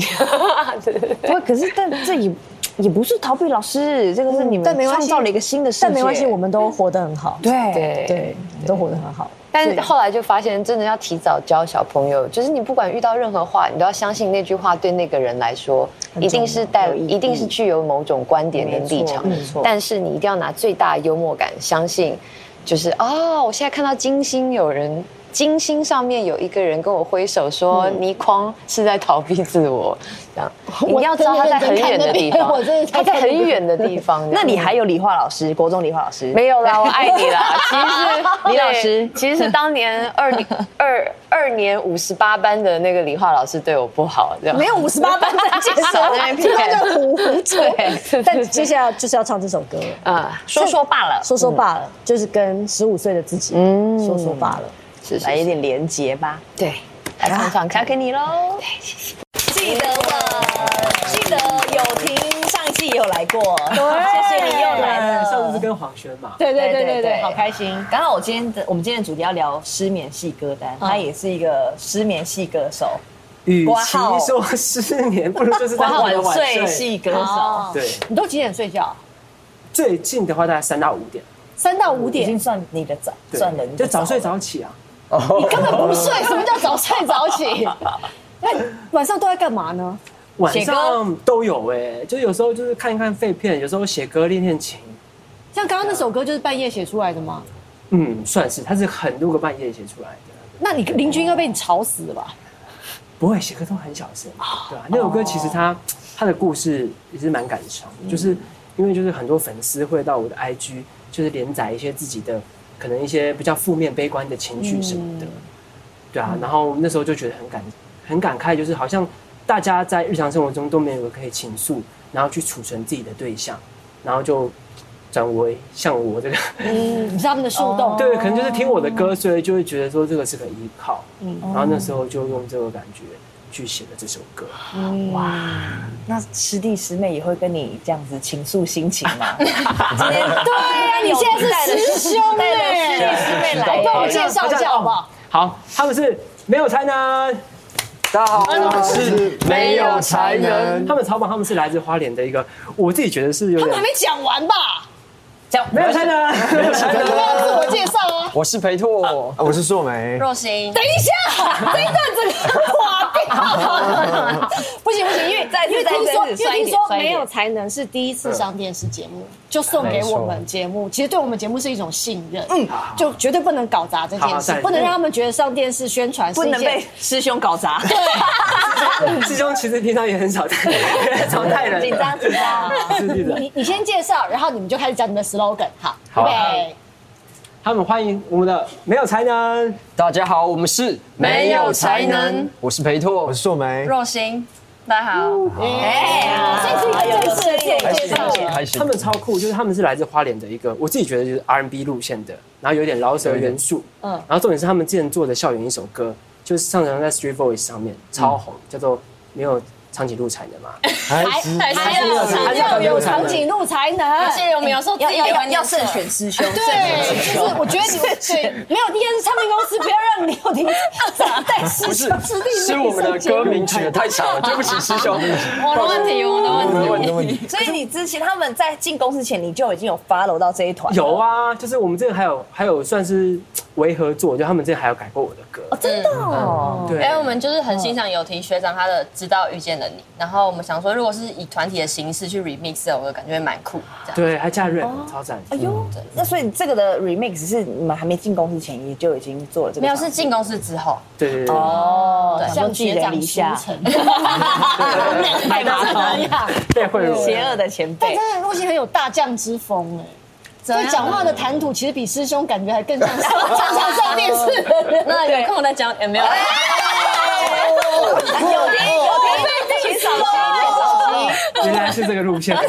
Speaker 6: 不，可是但这也也不是逃避老师，这个是你
Speaker 4: 嗯但没
Speaker 6: 们
Speaker 4: 关
Speaker 6: 创
Speaker 4: 系
Speaker 6: 造了一个新的世界。
Speaker 4: 但没关系，我们都活得很好，
Speaker 6: 对
Speaker 5: 对
Speaker 4: 对，都活得很好。
Speaker 5: 但是后来就发现，真的要提早教小朋友，就是你不管遇到任何话，你都要相信那句话对那个人来说，一定是带，一定是具有某种观点跟立场。但是你一定要拿最大的幽默感，相信就是哦，我现在看到金星有人。金星上面有一个人跟我挥手说：“倪匡是在逃避自我。”这样，你一定要知道他在很远的地方，他在很远的地方。这样
Speaker 6: 那你还有理化老师，国中理化老师，
Speaker 5: 没有啦，我爱你啦。 <laughs> 其实是
Speaker 6: 李老
Speaker 5: 对
Speaker 6: 师
Speaker 5: 其实是当年二 <laughs> 年二二年五十八班的那个理化老师对我不好，这
Speaker 4: <laughs>
Speaker 5: 样
Speaker 4: 没有五十八班的介绍，听到就糊糊嘴。但接下来就是要唱这首歌了，
Speaker 5: 啊，
Speaker 6: 说说罢
Speaker 2: 嗯
Speaker 6: 了，
Speaker 4: 说说罢了，就是跟十五岁的自己说说罢了。
Speaker 5: 是是
Speaker 6: 来一
Speaker 5: 是，
Speaker 6: 点连结吧。
Speaker 5: 对，来唱唱看，交给你喽。
Speaker 6: 记得我，记得有听上一季也有来过， <laughs> 谢谢你又来了。
Speaker 7: 上次是跟黄轩嘛，
Speaker 6: 对对对
Speaker 4: 对对好
Speaker 6: 开心！嗯刚好我今天的我们今天的主题要聊失眠系歌单，他也是一个失眠系歌手，
Speaker 7: 与
Speaker 6: 挂
Speaker 7: 其
Speaker 6: 号
Speaker 7: 说失眠，不如就是在
Speaker 6: 晚
Speaker 7: 晚
Speaker 6: 睡
Speaker 7: 睡。
Speaker 6: 系歌手，
Speaker 7: 对，
Speaker 4: 你都几点睡觉？
Speaker 7: 最近的话大概三到五点，
Speaker 4: 三到五
Speaker 6: 已
Speaker 4: 点
Speaker 6: 经，算你的早，
Speaker 7: 对
Speaker 6: 算了你的
Speaker 7: 就早睡
Speaker 6: 了。
Speaker 7: 早起啊。
Speaker 4: 你根本不 <laughs> 睡。什么叫早睡早 <laughs> 起？那你晚上都在干嘛呢？
Speaker 7: 晚
Speaker 6: 写歌
Speaker 7: 上都有哎，就有时候就是看一看废片，有时候写歌练练琴，
Speaker 4: 像刚刚那首歌就是半夜写出来的吗？
Speaker 7: 嗯，算是，它是很多个半夜写出来的。
Speaker 4: 那你邻居应该被你吵死了吧？
Speaker 7: 不会，写歌都很小声，对啊吧、那首歌其实它它的故事也是蛮感伤的，就是因为就是很多粉丝会到我的 IG 就是连载一些自己的可能一些比较负面、悲观的情绪什么的，对啊。然后那时候就觉得很感很感慨，就是好像大家在日常生活中都没有一个可以倾诉，然后去储存自己的对象，然后就转为像我这个，
Speaker 4: 嗯，你知道他们的树洞，
Speaker 7: 对，可能就是听我的歌，所以就会觉得说这个是个依靠。嗯，然后那时候就用这个感觉去写了这首歌。
Speaker 8: 那师弟师妹也会跟你这样子倾诉心情
Speaker 6: <laughs>
Speaker 8: 吗？
Speaker 4: 啊对呀，你现在是师兄
Speaker 2: 对
Speaker 4: 哎，
Speaker 2: 了，师弟师妹来
Speaker 4: 帮我
Speaker 2: 了，
Speaker 4: 介绍一下好不好？
Speaker 7: 好，他们是没有才能，
Speaker 9: 大家好，
Speaker 4: 嗯
Speaker 9: 我们是没有才能。
Speaker 7: 他们超棒，他们是来自花莲的一个，我自己觉得是有
Speaker 4: 他
Speaker 7: 点
Speaker 4: 们还没讲完吧？
Speaker 7: 没有才能，没有
Speaker 10: <laughs>
Speaker 7: 才能。
Speaker 4: 自我介绍啊！
Speaker 9: 我是裴拓，
Speaker 10: 哦我是硕梅，
Speaker 2: 若曦，
Speaker 4: 等一下，这一段整个垮掉，不行不行，因为
Speaker 2: 再次
Speaker 4: 因为听说
Speaker 2: 再次
Speaker 4: 因为听
Speaker 2: 酸一点
Speaker 4: 说
Speaker 2: 酸一
Speaker 4: 没
Speaker 2: 点
Speaker 4: 有才能是第一次上电视节目，就送给我们节目，其实对我们节目是一种信任，嗯，就绝对不能搞砸这
Speaker 7: 好
Speaker 4: 件
Speaker 7: 好
Speaker 4: 事
Speaker 7: 再，来
Speaker 4: 不能让他们觉得上电视宣传是
Speaker 2: 不
Speaker 4: 一
Speaker 2: 能
Speaker 4: 件
Speaker 2: 被师兄搞砸，
Speaker 7: 师兄其实平常也
Speaker 4: <laughs>
Speaker 7: 很少带人，常带人
Speaker 2: 紧张紧张。
Speaker 7: 是的是的。
Speaker 4: 你你先介绍，然后你们就开始讲你们的 slogan，好，
Speaker 9: 好
Speaker 4: 对，
Speaker 7: 他们欢迎我们的没有才能，
Speaker 9: 大家好，我们是没有才能。我是裴拓
Speaker 10: 我，是硕梅，
Speaker 2: 若星，大家好，
Speaker 5: 嗯
Speaker 4: 这是一个正式的自我介绍了。
Speaker 9: 开始
Speaker 2: 啊
Speaker 7: 他。们超酷，就是他们是来自花莲的一个，我自己觉得就是 R&B 路线的，然后有点饶舌元素，嗯，然后重点是他们之前做的校园一首歌，就是上传在 Street Voice 上面超红，叫做没有长颈鹿才能嘛， <laughs>
Speaker 10: 还
Speaker 2: 还
Speaker 4: 还有
Speaker 7: 还是
Speaker 4: 要
Speaker 7: 要
Speaker 4: 有
Speaker 7: 有
Speaker 4: 长
Speaker 7: 长
Speaker 4: 颈
Speaker 7: 颈
Speaker 4: 鹿才能。
Speaker 2: 谢谢我们有时候
Speaker 11: 要
Speaker 4: <laughs>
Speaker 11: 要要要慎
Speaker 2: 选师兄，
Speaker 4: 对，就是我觉得你们对没有第一是唱片公司，不要让你有第一带
Speaker 9: 不
Speaker 4: 师
Speaker 9: 是
Speaker 4: 兄师弟，
Speaker 9: 是我们的歌名取得太长了，对不起师
Speaker 2: <laughs>
Speaker 9: 兄。
Speaker 2: 我的问题，
Speaker 4: 哦
Speaker 2: 我的问题。
Speaker 10: 没问题，没
Speaker 2: <laughs>
Speaker 10: 问题。
Speaker 2: 所以你之前他们在进公司前，你就已经有 follow 到这一团，
Speaker 7: 有啊，就是我们这个还有还有算是违和作，就他们之前还有改过我的歌，
Speaker 2: 真的哦。
Speaker 7: 对，
Speaker 5: 哎、我们就是很欣赏友婷学长他的《知道遇见了你》，然后我们想说，如果是以团体的形式去 remix 的，我感觉蛮酷。这样
Speaker 7: 对，还加 rap，超赞，
Speaker 2: 哎
Speaker 7: 嗯
Speaker 2: 呦，
Speaker 8: 那所以这个的 remix 是你们还没进公司前也就已经做了这个
Speaker 5: 没有
Speaker 8: 尝试，
Speaker 5: 是进公司之 <laughs> 后，
Speaker 7: 对对对，
Speaker 8: 哦，
Speaker 5: 对
Speaker 8: 想说寄人篱下，
Speaker 4: 哦
Speaker 2: 拜码头，
Speaker 7: 被贿赂，
Speaker 2: 邪恶的前
Speaker 4: 但
Speaker 2: 辈，
Speaker 4: 真的若曦很有大将之风哎，就讲话的谈吐其实比师兄感觉还更
Speaker 5: <laughs>
Speaker 4: 像常常上电视的人。
Speaker 5: 那有空再讲，有没有？哦
Speaker 2: 有听有听，请扫兴。
Speaker 7: 原来是这个路线，
Speaker 2: 因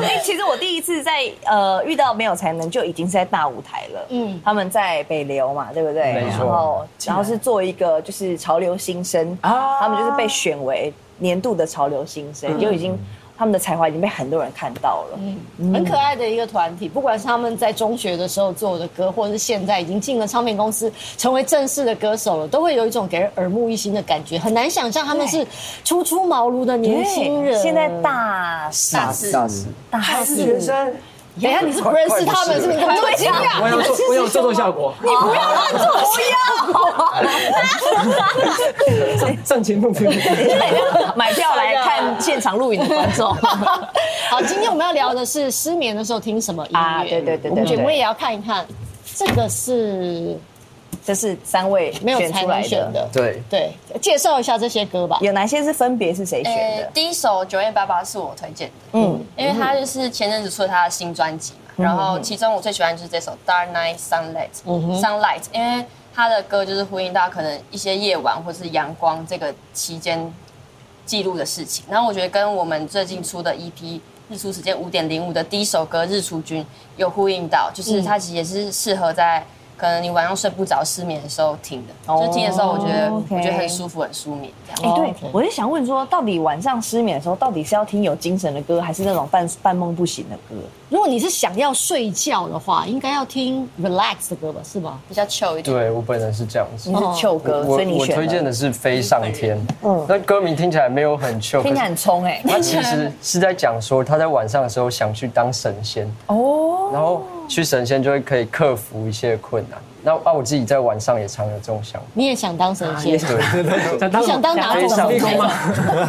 Speaker 2: 为其实我第一次在呃遇到没有才能就已经是在大舞台了，嗯，他们在北流嘛，对不对？
Speaker 9: 没错
Speaker 2: 然后然后是做一个就是潮流新生
Speaker 7: 啊
Speaker 2: 他们就是被选为年度的潮流新
Speaker 9: 嗯
Speaker 2: 生，就已经他们的才华已经被很多人看到了。
Speaker 4: 很可爱的一个团体，不管是他们在中学的时候做的歌，或者是现在已经进了唱片公司，成为正式的歌手了，都会有一种给人耳目一新的感觉，很难想象他们是初出茅庐的年轻人。
Speaker 2: 现在大
Speaker 9: 大四，大四，
Speaker 2: 大
Speaker 7: 还是学生，
Speaker 4: 等一下你是不认识他们，是不是？你怎么那么惊讶？
Speaker 7: <laughs> 我有做，我有做做效果， <laughs> 你不要
Speaker 4: <laughs>
Speaker 7: 乱
Speaker 4: <laughs>
Speaker 7: 做，不要，上节目不要，
Speaker 2: 买票来看现场录影的观众，
Speaker 4: 好，今天我们要聊的是失眠的时候听什么音乐。
Speaker 2: <laughs> 啊对对对对
Speaker 4: 我们
Speaker 2: 对
Speaker 4: 节目也要看一看。这个是
Speaker 2: 这是三位
Speaker 4: 没有
Speaker 2: 选
Speaker 4: 才
Speaker 2: 出
Speaker 4: 能
Speaker 2: 来
Speaker 4: 选
Speaker 2: 的。
Speaker 4: 的，
Speaker 9: 对，
Speaker 4: 对，介绍一下这些歌吧。
Speaker 2: 有哪些是分别是谁选
Speaker 5: 诶
Speaker 2: 的？
Speaker 5: 呃第一首《九月八八》是我推荐的，
Speaker 2: 嗯
Speaker 5: 嗯，因为他就是前阵子出了他的新专辑嘛，然
Speaker 2: 嗯
Speaker 5: 后其中我最喜欢就是这首《Dark Night Sunlight》，Sunlight，因为他的歌就是呼应到可能一些夜晚或是阳光这个期间记录的事情。然后我觉得跟我们最近出的 EP《日出时间五点零五》的第一首歌《日出君》有呼应到，就是它其实也是适合在可能你晚上睡不着、失眠的时候听的，就是听的时候我觉得我
Speaker 2: 哦 OK
Speaker 5: 觉得很舒服、很舒眠这样。
Speaker 2: 哎、对，我就想问说，到底晚上失眠的时候，到底是要听有精神的歌，还是那种半半梦不醒的歌？
Speaker 4: 如果你是想要睡觉的话，应该要听 relax 的歌吧，是吧？
Speaker 5: 比较 chill 一点。
Speaker 9: 对我本人是这样子
Speaker 2: 你。是秋歌，
Speaker 9: 我
Speaker 2: 所以你
Speaker 9: 我
Speaker 2: 选
Speaker 9: 推
Speaker 2: 了
Speaker 9: 荐的是《飞上天》，嗯，那歌名听起来没有很 chill，
Speaker 2: 听起来很冲 <laughs> 哎、
Speaker 9: 他其实是在讲说，他在晚上的时候想去当神仙哦，然后去神仙就会可以克服一些困难。那啊，我自己在晚上也常有这种想法。
Speaker 4: 啊你也想当神仙？
Speaker 9: 对，
Speaker 7: 想当
Speaker 4: 你想当哪种
Speaker 9: 想
Speaker 7: 立
Speaker 9: 当
Speaker 7: 功吗？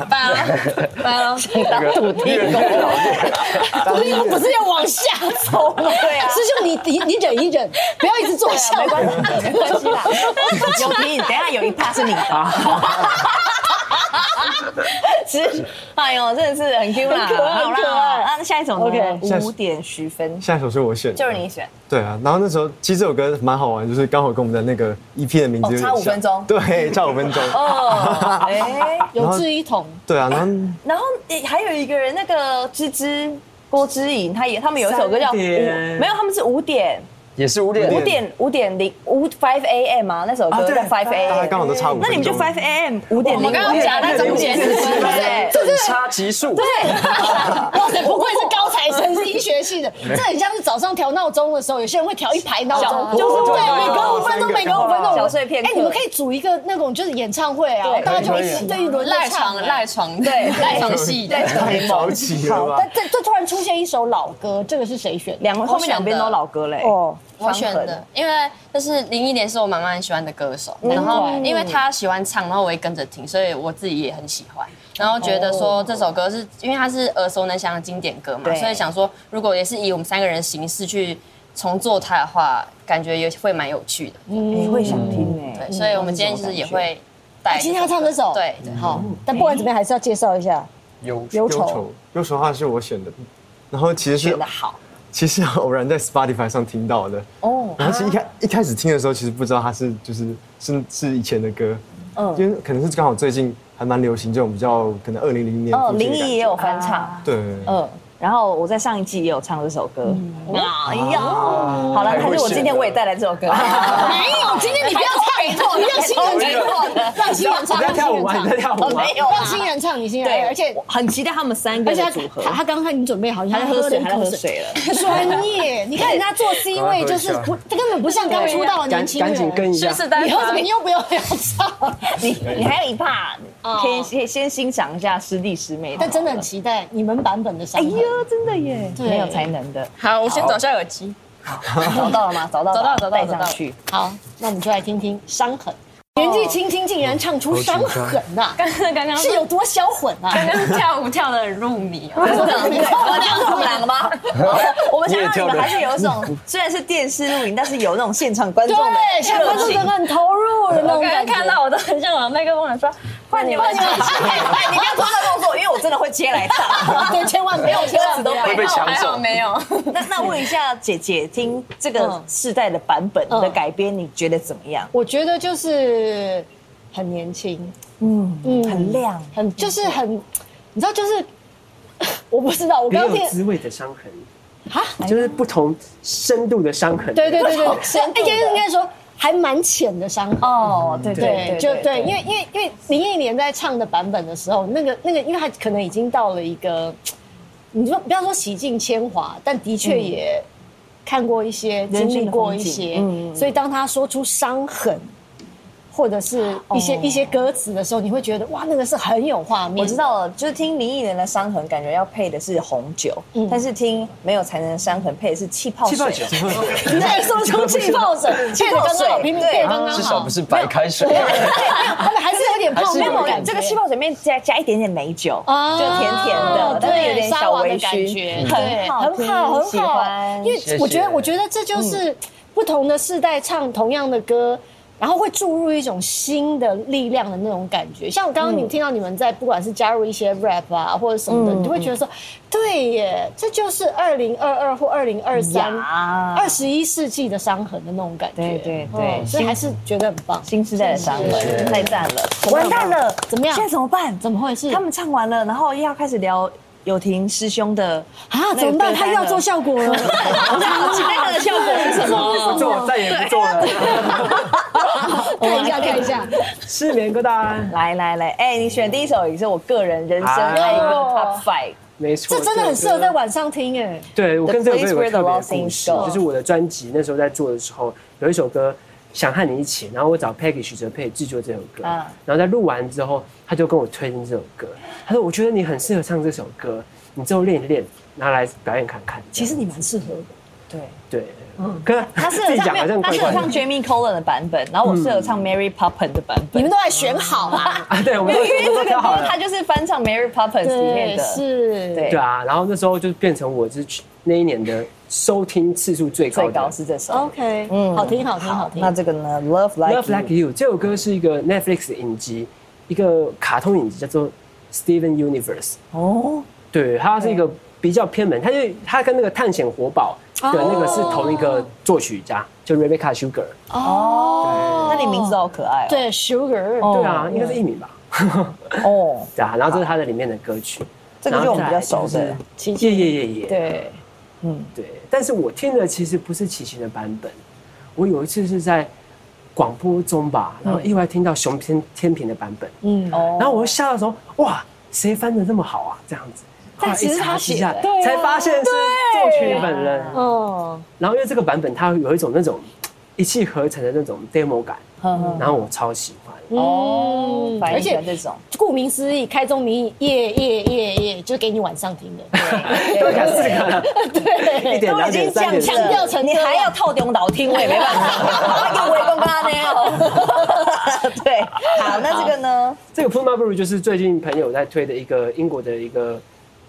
Speaker 5: 拜了，拜了。
Speaker 4: <laughs>
Speaker 9: 那个越来越老
Speaker 4: 不是不是要往下走吗？对 <laughs> 啊，师兄，你你你忍一忍，不要一直做笑。
Speaker 5: <laughs>
Speaker 2: 没关系啦，有题，等一下有一趴是你的，是，哎呦，真的是 <laughs> 很 Q 啦，好啦，那下一首呢？
Speaker 10: OK
Speaker 2: 五点十分，
Speaker 10: 下一首是我选的，
Speaker 2: 就是你选。
Speaker 10: 对啊，然后那时候其实这首歌蛮好玩，就是刚好跟我们的那个 EP 的名字有点像
Speaker 2: 哦差五分钟
Speaker 10: 对，差五分钟。
Speaker 2: <laughs> 哦，哎，
Speaker 4: <laughs> 有志一同，
Speaker 10: 对啊，然后
Speaker 2: 然后诶还有一个人，那个芝芝郭之颖，他也他们有一首歌叫五，
Speaker 7: 三点
Speaker 2: 没有，他们是五点
Speaker 9: 也是五点
Speaker 2: 五点五点零五 five a.m. 嘛，那首歌叫 five
Speaker 10: 大家
Speaker 2: a.m.
Speaker 10: 刚好都差五分钟。
Speaker 2: 哎那你们就 five a.m. 五点零，我
Speaker 5: 刚刚夹在中间
Speaker 2: 对，
Speaker 9: 等差级数，
Speaker 4: <laughs> 哇塞，不愧是高材生，是医学系的，这很像是早上调闹钟的时候，有些人会调一排闹钟，
Speaker 2: 就是
Speaker 4: 对，
Speaker 2: 我
Speaker 4: 每隔五分钟，每隔五分钟，
Speaker 2: 小碎片
Speaker 4: 哎，你们可以组一个那种就是演唱会啊，大家就一起对轮流
Speaker 5: 赖
Speaker 4: 唱
Speaker 5: 床
Speaker 4: 哎
Speaker 5: 赖床对赖床戏的，
Speaker 10: 太早起了吧
Speaker 4: 但？这这突然出现一首老歌，这个是谁选的？
Speaker 2: 两后面两边都老歌嘞。
Speaker 4: 哦，
Speaker 5: 我选
Speaker 2: 伤痕
Speaker 5: 的，因为就是林忆莲是我妈妈很喜欢的歌手，
Speaker 2: 嗯
Speaker 5: 然后因为她喜欢唱，然后我也跟着听，所以我自己也很喜欢。然后觉得
Speaker 2: 哦
Speaker 5: 说这首歌是因为它是耳熟能详的经典歌嘛，所以想说如果也是以我们三个人的形式去重做它的话，感觉也会蛮有趣的。
Speaker 2: 你会想听哎，
Speaker 5: 对，所以我们今天就是也会带
Speaker 2: 啊
Speaker 4: 今天要唱这首
Speaker 5: 对对，
Speaker 4: 好，但不管怎么样还是要介绍一下
Speaker 9: 有
Speaker 4: 忧
Speaker 10: 忧
Speaker 4: 愁。
Speaker 10: 愁，忧愁的话是我选的，然后其实是
Speaker 2: 选的好，
Speaker 10: 其实偶然在 Spotify 上听到的哦。然后其实一开一开始听的时候，其实不知道它是就是是是以前的歌，嗯，因为可能是刚好最近还蛮流行这种比较可能二零零年
Speaker 2: 哦，
Speaker 10: 附
Speaker 2: 林
Speaker 10: 近的
Speaker 2: 毅
Speaker 10: 感
Speaker 2: 也
Speaker 10: 觉
Speaker 2: 有翻唱，
Speaker 10: 对，
Speaker 2: 嗯。然后我在上一季也有唱这首歌，哎呀，好了，
Speaker 9: 太会
Speaker 2: 还是我今天
Speaker 9: 选了
Speaker 2: 我也带来这首歌，
Speaker 4: 没有，今天你不要唱，你让新人唱，让新人唱，
Speaker 7: 你在
Speaker 4: 让
Speaker 7: 跳舞啊？你
Speaker 4: 新
Speaker 7: 在
Speaker 4: 人
Speaker 7: 跳舞
Speaker 4: 唱，
Speaker 7: 啊？
Speaker 2: 没有
Speaker 4: 让
Speaker 2: 啊，
Speaker 4: 新人唱，你新人
Speaker 2: 对，
Speaker 4: 唱，而且
Speaker 2: 我很期待他们三个
Speaker 4: 而且
Speaker 2: 的
Speaker 4: 他
Speaker 2: 组合，
Speaker 4: 他他刚看你准备好，你
Speaker 2: 还
Speaker 4: 还
Speaker 2: 在
Speaker 4: 在
Speaker 2: 喝
Speaker 4: 喝
Speaker 2: 水，
Speaker 4: 水，
Speaker 2: 还
Speaker 4: 还
Speaker 2: 在
Speaker 4: 在喝水。
Speaker 2: 喝水了。
Speaker 4: 专业，你看人家做 C 位 <laughs> 就是不，他根本不像刚出道的
Speaker 7: 赶
Speaker 4: 年轻
Speaker 7: 赶紧
Speaker 4: 人。
Speaker 7: 跟一下
Speaker 5: 是。是单
Speaker 4: 你喝什
Speaker 5: 纯
Speaker 4: 么？你又不用要 <laughs> 唱，
Speaker 2: 你你还有一怕，可以先先欣赏一下师弟师妹。
Speaker 4: 但真的很，期待你们版本的
Speaker 2: 哎
Speaker 4: 伤
Speaker 2: 呀
Speaker 4: 痕。，
Speaker 2: 真的耶，
Speaker 4: 对
Speaker 2: 没有才能的，
Speaker 5: 好，我先找下耳机。
Speaker 2: 找到了吗？找到，
Speaker 5: 找到找到
Speaker 2: 带
Speaker 5: 找
Speaker 2: 上
Speaker 5: 到
Speaker 2: 去。
Speaker 4: 好，那我们就来听听伤痕。年纪轻轻竟然唱出伤痕呐，
Speaker 12: <laughs>
Speaker 5: 刚刚
Speaker 4: 是有多销魂啊！
Speaker 5: 刚刚跳舞跳的入迷啊，
Speaker 2: 真的，我们两个吗？我们想让你们还是有一种，虽然是电视录影，但是有那种现场观众的
Speaker 4: 对，现在观
Speaker 2: 热
Speaker 4: 众
Speaker 2: 情
Speaker 4: 真。的很投入的那
Speaker 5: 我
Speaker 4: 种
Speaker 5: 刚刚
Speaker 4: 感觉。
Speaker 5: 看到我都很想往麦克风来说，换你们
Speaker 2: 哎，你不要做那动作，因为我真的会接来
Speaker 4: <laughs>
Speaker 2: 唱。
Speaker 4: 对，千万不要，千万不要。
Speaker 9: 会被抢
Speaker 5: 还好
Speaker 9: 走。
Speaker 5: 没有。
Speaker 2: 那那问一下姐姐，听这
Speaker 4: 嗯
Speaker 2: 个世代的版本的改编，你觉得怎么样？
Speaker 4: 我觉得就是很年轻，嗯嗯，
Speaker 2: 很
Speaker 4: 亮，
Speaker 2: 亮，
Speaker 4: 很就是很，你知道，就是 <laughs> 我不知道，我
Speaker 7: 别
Speaker 4: 刚刚
Speaker 7: 有
Speaker 4: 听。
Speaker 7: 滋味的伤痕，
Speaker 4: 啊，
Speaker 7: 就是不同深度的伤痕。
Speaker 4: 对对对对，哎，应该应该说还蛮浅的伤痕。
Speaker 2: 哦，对
Speaker 4: 对，就对，因
Speaker 2: 为
Speaker 4: 为因为因为林忆莲在唱的版本的时候，那个那个，因为她可能已经到了一个，你说不要说洗尽铅华，但的确也看过一些，经历过一些，所以当她说出伤痕。或者是一些、一些歌词的时候，你会觉得哇，那个是很有画面。
Speaker 2: 我知，道了，就是听林忆莲的伤痕，感觉要配的是红酒，但是听没有才能的伤痕配的是气泡
Speaker 7: 气
Speaker 2: 水。
Speaker 7: 泡
Speaker 4: <laughs>
Speaker 7: 酒，
Speaker 4: 你在说出气泡水， <laughs> 气
Speaker 2: 泡
Speaker 4: 泡
Speaker 2: 水
Speaker 4: 水明明
Speaker 2: 对
Speaker 4: 对刚刚
Speaker 9: 至
Speaker 4: 好
Speaker 9: 少不，是白开水，
Speaker 4: 他们还是有点泡
Speaker 2: 没
Speaker 4: 面的
Speaker 2: 有
Speaker 4: 感觉。
Speaker 2: 这个气泡水里面加加一点点美酒，
Speaker 4: 哦
Speaker 2: 就甜甜的，但是有点小微醺，嗯
Speaker 4: 对
Speaker 2: 很好
Speaker 4: 很
Speaker 2: 听，
Speaker 4: 好，
Speaker 2: 喜
Speaker 4: 很好。
Speaker 2: 欢嗯
Speaker 4: 因为我觉
Speaker 9: 谢谢
Speaker 4: 得，我觉得这就是不同的世代唱同样的歌。然后会注入一种新的力量的那种感觉，像我刚刚你听到你们在不管是加入一些 rap 啊或者什么的，
Speaker 2: 嗯
Speaker 4: 你就会觉得说，对耶，这就是二零二二或二零二三、
Speaker 2: 呀
Speaker 4: 二十一世纪的伤痕的那种感觉。
Speaker 2: 啊对对对
Speaker 4: 嗯所以还是觉得很棒。
Speaker 2: 新时代的伤痕，太赞了，
Speaker 4: 么样
Speaker 2: 完蛋了，
Speaker 4: 怎么样嗯
Speaker 2: 现在怎么办？
Speaker 4: 怎么回事？
Speaker 2: 他们唱完了，然后又要开始聊友廷师兄的
Speaker 4: 啊，怎么办？他又要做效果了。 <laughs>
Speaker 2: 我期待他的效果是什么？
Speaker 7: 不做，再也不做了。
Speaker 4: 啊哦看一下，看一下。
Speaker 7: 失眠歌单，
Speaker 2: 来来来，哎，你选第一首也是我个人人生的一个 top five，
Speaker 7: 没错，
Speaker 4: 这真的很适合在晚上听哎。
Speaker 7: 对我
Speaker 2: The
Speaker 7: 跟这首歌有
Speaker 2: Place Where
Speaker 7: 个
Speaker 2: the
Speaker 7: 特别
Speaker 2: Lost
Speaker 7: 的故事
Speaker 2: Things，Go
Speaker 7: 就是我的专辑那时候在做的时候，有一首歌想和你一起，然后我找 Peggy 许哲佩制作这首歌，
Speaker 2: 嗯
Speaker 7: 然后在录完之后，他就跟我推荐这首歌，他说我觉得你很适合唱这首歌，你之后练一练，拿来表演看看。
Speaker 4: 其实你蛮适合的，
Speaker 2: 对。
Speaker 7: 对，嗯，可是
Speaker 2: 他适
Speaker 7: 自
Speaker 2: 合
Speaker 7: 己
Speaker 2: 唱
Speaker 7: 讲
Speaker 2: 没
Speaker 7: 好
Speaker 2: 有，
Speaker 7: 像
Speaker 2: 他
Speaker 7: 怪
Speaker 2: 适合
Speaker 7: 怪
Speaker 2: 唱
Speaker 7: 的
Speaker 2: Jamie Colin 的版本，然后我适合
Speaker 4: 嗯
Speaker 2: 唱 Mary Poppins 的版
Speaker 4: 你
Speaker 2: 本
Speaker 4: 们。都来选好啦。
Speaker 7: 啊对，我们都我们都挑好了
Speaker 2: 他。就是翻唱 Mary Poppins 里面的，
Speaker 4: 是，
Speaker 2: 对
Speaker 7: 对啊，然后那时候就变成我是那一年的收听次数最高
Speaker 2: 最
Speaker 7: 的。
Speaker 2: 高是这首。
Speaker 4: ，OK，嗯，好听，好听，好听
Speaker 2: 那。这个呢？Love
Speaker 7: Love
Speaker 2: Like You
Speaker 7: Like You 这首歌是一个 Netflix 的影集，一个卡通影集叫做《Steven Universe》。
Speaker 2: 哦，
Speaker 7: 对，它是一个比较偏门，它就它跟那个探险活宝的那个是同一
Speaker 2: 哦
Speaker 7: 个作曲家，就 Rebecca Sugar。
Speaker 2: 哦，那你名字好可爱哦。
Speaker 4: 对，Sugar，
Speaker 7: 对啊，应该是艺名吧？
Speaker 2: 哦，
Speaker 7: 对啊，然后这是它的里面的歌曲。
Speaker 2: 这个就我们比较熟的。
Speaker 7: 琪琪，耶耶耶耶。
Speaker 4: 对，
Speaker 2: 嗯，
Speaker 7: 对，但是我听的其实不是齐秦的版本，我有一次是在广播中吧，
Speaker 2: 嗯
Speaker 7: 然后意外听到熊天天平的版本，
Speaker 4: 嗯，
Speaker 2: 哦
Speaker 7: 然后我就吓到说，哇，谁翻的那么好啊？这样子，后来一查一下，
Speaker 4: 对啊
Speaker 7: 才发现是作曲本人。
Speaker 4: 哦，
Speaker 7: 然后因为这个版本它有一种那种一气呵成的那种 demo 感，然后我超喜欢。
Speaker 2: 哦，
Speaker 4: 嗯
Speaker 2: 而
Speaker 4: 而
Speaker 2: 且
Speaker 4: 且
Speaker 2: 这种
Speaker 4: 顾名思义，开宗明义，夜夜夜夜，就是给你晚上听的。
Speaker 7: 对，看四个，对，一点
Speaker 2: 都
Speaker 7: 两
Speaker 2: 已
Speaker 7: 点
Speaker 2: 经
Speaker 7: 三
Speaker 2: 降
Speaker 7: 点四
Speaker 4: 强
Speaker 7: 点。
Speaker 4: 调啊成这
Speaker 2: 你
Speaker 4: 样
Speaker 2: 还要套中岛听，我也没办法，又围攻他
Speaker 7: <laughs>
Speaker 2: 呢。对，哦好，那这个呢？
Speaker 7: 这个 Puma Blue 就是最近朋友在推的一个英国的一个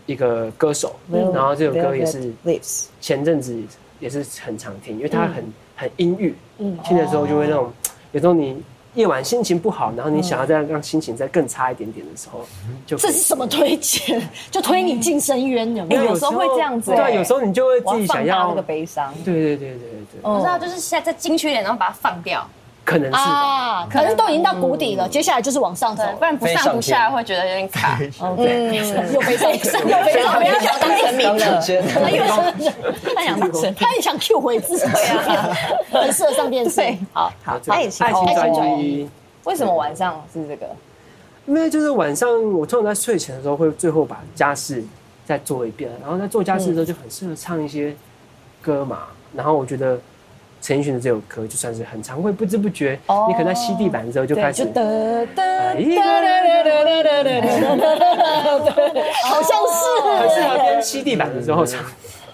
Speaker 7: 一个歌手，然后这首歌也是
Speaker 2: Lips，
Speaker 7: 前阵子也是很常听，因为
Speaker 2: 嗯
Speaker 7: 它很、很阴郁，听的时候就会那
Speaker 2: 哦
Speaker 7: 种，有时候你夜晚心情不好，然后你
Speaker 2: 嗯
Speaker 7: 想要再让心情再更差一点点的时候，就
Speaker 4: 这是什么推荐？就推你进深渊，有没
Speaker 7: 因
Speaker 4: 有
Speaker 7: 为？
Speaker 2: 哎有时候会这样子欸
Speaker 7: 对，有时候你就会
Speaker 2: 我要
Speaker 7: 自己
Speaker 2: 放
Speaker 7: 想
Speaker 2: 大
Speaker 7: 要
Speaker 2: 那个，哦悲伤。
Speaker 7: 对对对对对，
Speaker 12: 不知道，就是现在再精确一点，然后把它放掉，
Speaker 7: 可能是
Speaker 2: 哦
Speaker 7: 吧。
Speaker 4: 啊，可能都已经到谷底了，
Speaker 2: 嗯
Speaker 4: 接下来就是往上走
Speaker 12: 对，，不然不上不下会觉得有点卡。
Speaker 4: 又悲伤，又悲伤，不要想当神明了。
Speaker 9: 间
Speaker 4: 他又他想当神，他也想 Q 回自己，
Speaker 2: 啊
Speaker 4: 很适合上电视。好，
Speaker 7: 好，这个
Speaker 2: 爱情
Speaker 7: 爱情
Speaker 4: 爱情
Speaker 7: 专
Speaker 4: 专
Speaker 7: 一，
Speaker 2: 为什么晚上是这个？
Speaker 7: 因为就是晚上我通常在睡前的时候会最后把家事再做一遍，然后在做家
Speaker 2: 嗯
Speaker 7: 事的时候就很适合唱一些歌嘛。然后我觉得陈奕迅的这首歌就算是很常会不知不觉，
Speaker 2: 哦
Speaker 7: 你可能在吸地板的时候就开始。哎
Speaker 4: 好像
Speaker 7: 很
Speaker 4: 是
Speaker 7: 适合边吸地板的时候唱，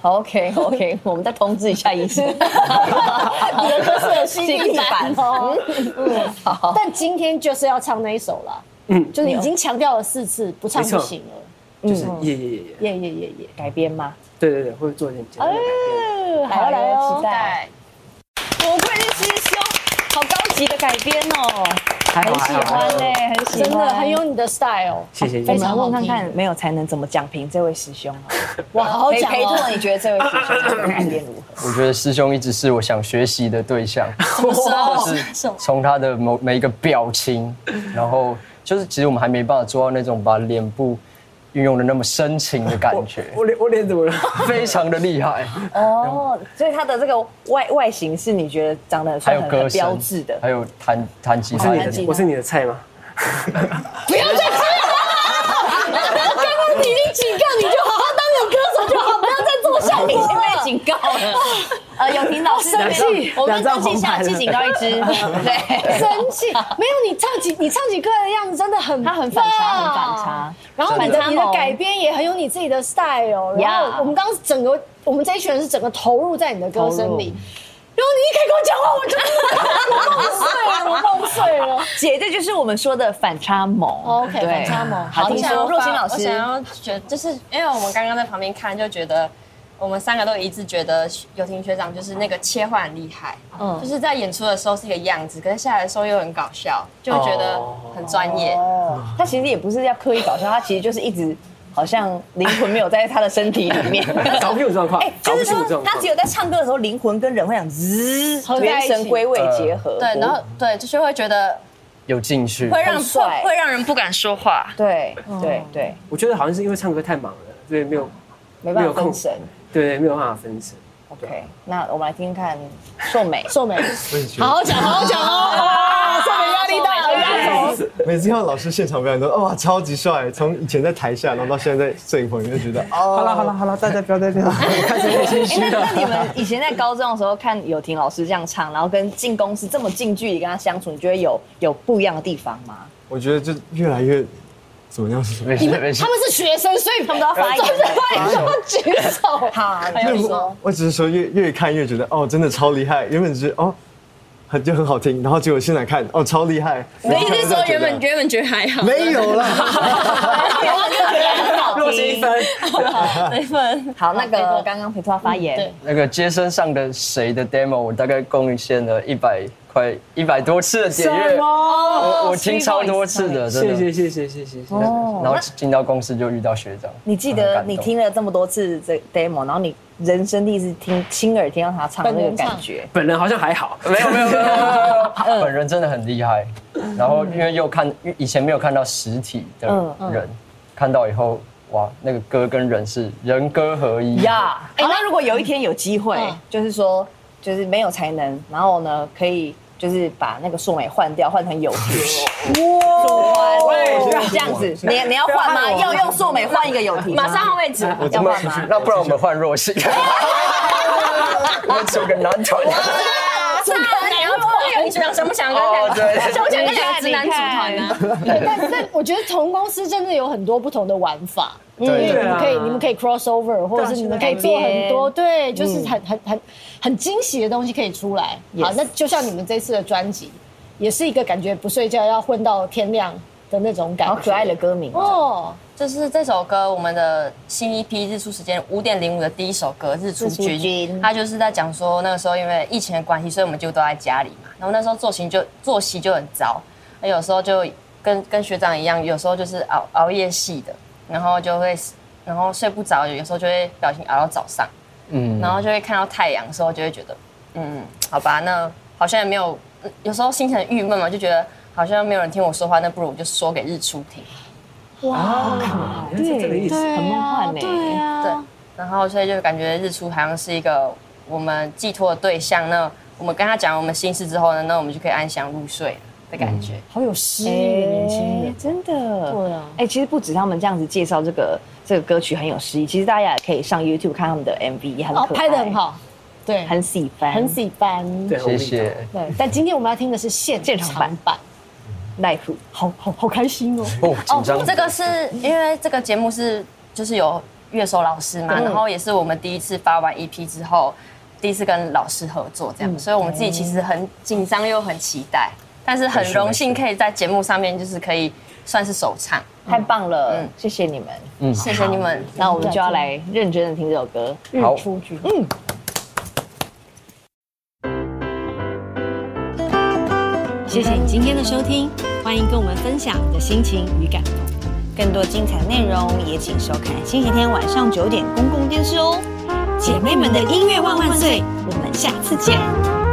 Speaker 2: OK OK，我们再通知一下医生。你的歌是有吸地板哦。嗯，好。
Speaker 4: 但今天就是要唱那一首了，
Speaker 7: 嗯，
Speaker 4: 就是已经强调了四次，不唱不行了。
Speaker 7: 就是耶耶耶耶，
Speaker 2: 嗯耶耶耶耶，改编吗？
Speaker 7: 对对对，会做一点简单的改变。
Speaker 2: 来哦来哦，期待。
Speaker 12: 对，
Speaker 2: 我愧是师兄，好高级的改编哦，
Speaker 7: 还好
Speaker 2: 很
Speaker 7: 还
Speaker 2: 喜
Speaker 7: 好，还
Speaker 2: 欢
Speaker 7: 好
Speaker 2: 呢，很喜欢，
Speaker 4: 真的很有你的 style，
Speaker 7: 谢谢谢
Speaker 2: 非
Speaker 7: 谢。
Speaker 2: 常问看看没有才能怎么讲评这位师兄啊？
Speaker 4: 哇，好
Speaker 2: 裴
Speaker 4: 讲
Speaker 2: 裴
Speaker 4: 哦
Speaker 2: 拓，。你觉得这位师兄的改编如何？
Speaker 9: <laughs> 我觉得师兄一直是我想学习的对象，就是从他的某每一个表情，然后就是其实我们还没办法做到那种把脸部运用的那么深情的感觉，
Speaker 7: 我脸我脸怎么了？
Speaker 9: 非常的厉害。
Speaker 2: 哦，所以他的这个外外形是你觉得长得
Speaker 9: 还
Speaker 2: 算
Speaker 9: 有
Speaker 2: 很
Speaker 9: 歌
Speaker 2: 很
Speaker 9: 声
Speaker 2: 标志的，
Speaker 9: 还有弹弹吉
Speaker 7: 我是
Speaker 9: 他
Speaker 7: 你
Speaker 9: 的，
Speaker 7: 的我是你的菜吗？
Speaker 4: 刚刚你已经警告你就好好当个歌手就好，不要再做效
Speaker 2: 已
Speaker 4: 果
Speaker 2: 经被
Speaker 4: 了。
Speaker 2: 警告了。呃，永婷老师，
Speaker 4: 生气
Speaker 2: 我
Speaker 7: 两
Speaker 2: 们
Speaker 7: 张
Speaker 2: 登记
Speaker 7: 红牌
Speaker 2: 下，
Speaker 7: 了
Speaker 2: 记警告一
Speaker 7: <laughs>
Speaker 2: 支。对，
Speaker 4: 生
Speaker 2: <laughs>
Speaker 4: 气没有你唱几你唱几歌的样子真的很
Speaker 2: 他很反差，很
Speaker 4: 棒
Speaker 2: 反差。
Speaker 4: 然后你
Speaker 2: 反差
Speaker 4: 的你的
Speaker 2: 萌
Speaker 4: 改编也很有你自己的 style，然哦
Speaker 2: Yeah
Speaker 4: 后我们刚刚整个我们这一群人是整个投入在你的歌声里。然后你一开口讲话，我真的我梦碎了，我梦碎了。
Speaker 2: 姐，这就是我们说的反差萌。
Speaker 4: OK，
Speaker 2: <laughs> <laughs> 对
Speaker 4: 反差萌
Speaker 2: 好，听
Speaker 12: 我想要
Speaker 2: 说若心
Speaker 12: 发
Speaker 2: 老
Speaker 12: 我
Speaker 2: 师
Speaker 12: 想要觉得，就是因为我们刚刚在旁边看，就觉得我们三个都一致觉得有婷学长就是那个切换很厉害，嗯，就是在演出的时候是一个样子，可是下来的时候又很搞笑，就会觉得很专业。
Speaker 2: 哦，他其实也不是要刻意搞笑，他其实就是一直好像灵魂没有在他的身体里面。
Speaker 7: 搞不清楚状况
Speaker 2: 哎，，
Speaker 7: 搞
Speaker 2: 就
Speaker 7: 不
Speaker 2: 是
Speaker 7: 清楚
Speaker 2: 说
Speaker 7: 状况
Speaker 2: 他。只有在唱歌的时候，灵魂跟人会想滋，
Speaker 4: 合在一
Speaker 2: 元
Speaker 4: 起
Speaker 2: 神归位结合。
Speaker 12: 对，然后对，就是会觉得
Speaker 9: <laughs> 有进去
Speaker 12: 会。让
Speaker 2: 很帅
Speaker 12: 会会让人不敢说话。
Speaker 2: 对对对，
Speaker 7: 我觉得好像是因为唱歌太忙了，所以没
Speaker 9: 嗯
Speaker 7: 有
Speaker 2: 没办法分神。
Speaker 7: 对对，没有办法分神。
Speaker 2: OK，那我们来听听看秀美。
Speaker 4: 秀美，
Speaker 10: 我也觉
Speaker 4: 好好
Speaker 10: 得
Speaker 4: 讲，好好讲哦。秀美压力大，压力
Speaker 10: 每次看到老师现场表演都哇超级帅，从以前在台下，然后到现在在摄影棚里面，就觉得哦，好了好了好了，大家不要再这样，开始有点心
Speaker 2: 哎，那那你们以前在高中的时候看友婷老师这样唱，然后跟进公司这么近距离跟他相处，你觉得有有不一样的地方吗？
Speaker 10: 我觉得就越来越怎么样是什么？
Speaker 9: 没事没事
Speaker 4: 他，们是
Speaker 2: <laughs>
Speaker 4: 学生，所以他们都要
Speaker 2: 发言
Speaker 4: 举手。好，
Speaker 10: 我我只是说越越看越觉得哦，真的超厉害。原本只是哦，很就很好听，然后结果现在看哦，超厉害。
Speaker 12: 你一直说原本原本觉得还好，
Speaker 10: 没有啦，
Speaker 2: 我就觉得很好
Speaker 7: 落一分。
Speaker 6: 一份。好，嗯那个刚刚裴托发言，
Speaker 9: 那个街身上的谁的 demo，我大概贡献了一百块一百多次的点阅，我我听超多次的，真
Speaker 7: 谢
Speaker 9: 的。
Speaker 7: 谢谢谢谢谢谢。
Speaker 4: 哦
Speaker 9: 然后进到公司就遇到学长，
Speaker 6: 哦你记
Speaker 9: 很
Speaker 6: 得
Speaker 9: 感动
Speaker 6: 你听了这么多次这 demo，然后你人生第一次听亲耳听到他唱的那个感觉，
Speaker 7: 本人好像还好，
Speaker 9: 没有没有没有没有没 <laughs> 有，本人真的很厉害。然后因为又看以前没有看到实体的人，看到以后哇，那个歌跟人是人歌合一
Speaker 6: 呀，哎，那嗯如果有一天有机会，就是说，就是没有才能，然后呢，可以就是把那个素美换掉，换成有题，哇，这样子，你你要换吗？要用素美换一个有题，
Speaker 12: 马上换位置，
Speaker 9: 我怎么那不然我们换若 <laughs> 曦，我们组个男团。
Speaker 12: 你想想不想跟
Speaker 9: 哦，对对
Speaker 12: 想不想跟两个直男组团呢？
Speaker 4: 对，但但我觉得同公司真的有很多不同的玩法，因为
Speaker 7: 对
Speaker 4: 你
Speaker 7: 啊
Speaker 4: 们可以你们可以 cross over，或者是你们可以做很多，对，就是很很很很惊喜的东西可以出来。好，那就像你们这次的专辑，也是一个感觉不睡觉要混到天亮的那种感
Speaker 6: 好
Speaker 4: 觉，
Speaker 6: 可爱的歌名哦，
Speaker 4: 哦。
Speaker 12: 就是这首歌，我们的新一批日出时间五点零五的第一首歌《日出
Speaker 6: 日出君
Speaker 12: 君》，它就是在讲说那个时候因为疫情的关系，所以我们就都在家里嘛。然后那时候作息就作息就很糟，那有时候就跟跟学长一样，有时候就是熬熬夜系的，然后就会然后睡不着，有时候就会不小心熬到早上，
Speaker 9: 嗯
Speaker 12: 然后就会看到太阳的时候，就会觉得嗯，好吧，那好像也没有，嗯有时候心情很郁闷嘛，就觉得好像没有人听我说话，那不如我就说给日出听。
Speaker 7: 啊，原来是这个意思。
Speaker 4: 很梦幻呢。对啊，
Speaker 12: 对，然后所以就感觉日出好像是一个我们寄托的对象。那我们跟他讲我们心事之后呢，那我们就可以安详入睡的感觉。
Speaker 6: 好有诗意的年轻人，
Speaker 2: 哎真的，
Speaker 4: 对啊
Speaker 2: 哎、其实不止他们这样子介绍这个这个歌曲很有诗意，其实大家也可以上 YouTube 看他们的 MV，也很可
Speaker 4: 哦
Speaker 2: 爱，，
Speaker 4: 拍的很，好，对，
Speaker 2: 很喜欢，
Speaker 4: 很喜欢。
Speaker 7: 对，
Speaker 9: 谢谢。
Speaker 4: 对，但今天我们要听的是现
Speaker 2: 现场版
Speaker 4: 场版，
Speaker 2: life。
Speaker 4: 好好好开心哦。
Speaker 9: 哦，紧张。
Speaker 12: 这个是因为这个节目是就是有乐手老师嘛，然后也是我们第一次发完 EP 之后，第一次跟老师合作这样，所以我们自己其实很紧张又很期待，但是很荣幸可以在节目上面就是可以算是首唱，
Speaker 2: 太棒了，
Speaker 12: 嗯
Speaker 2: 谢谢你们。
Speaker 9: 嗯，
Speaker 12: 谢谢你们。
Speaker 2: 那我们就要来认真的听这首歌。嗯
Speaker 9: 好。
Speaker 1: 谢谢你今天的收听，欢迎跟我们分享你的心情与感动。更多精彩内容也请收看星期天晚上九点公共电视哦。姐妹们的音乐万万岁，我们下次见。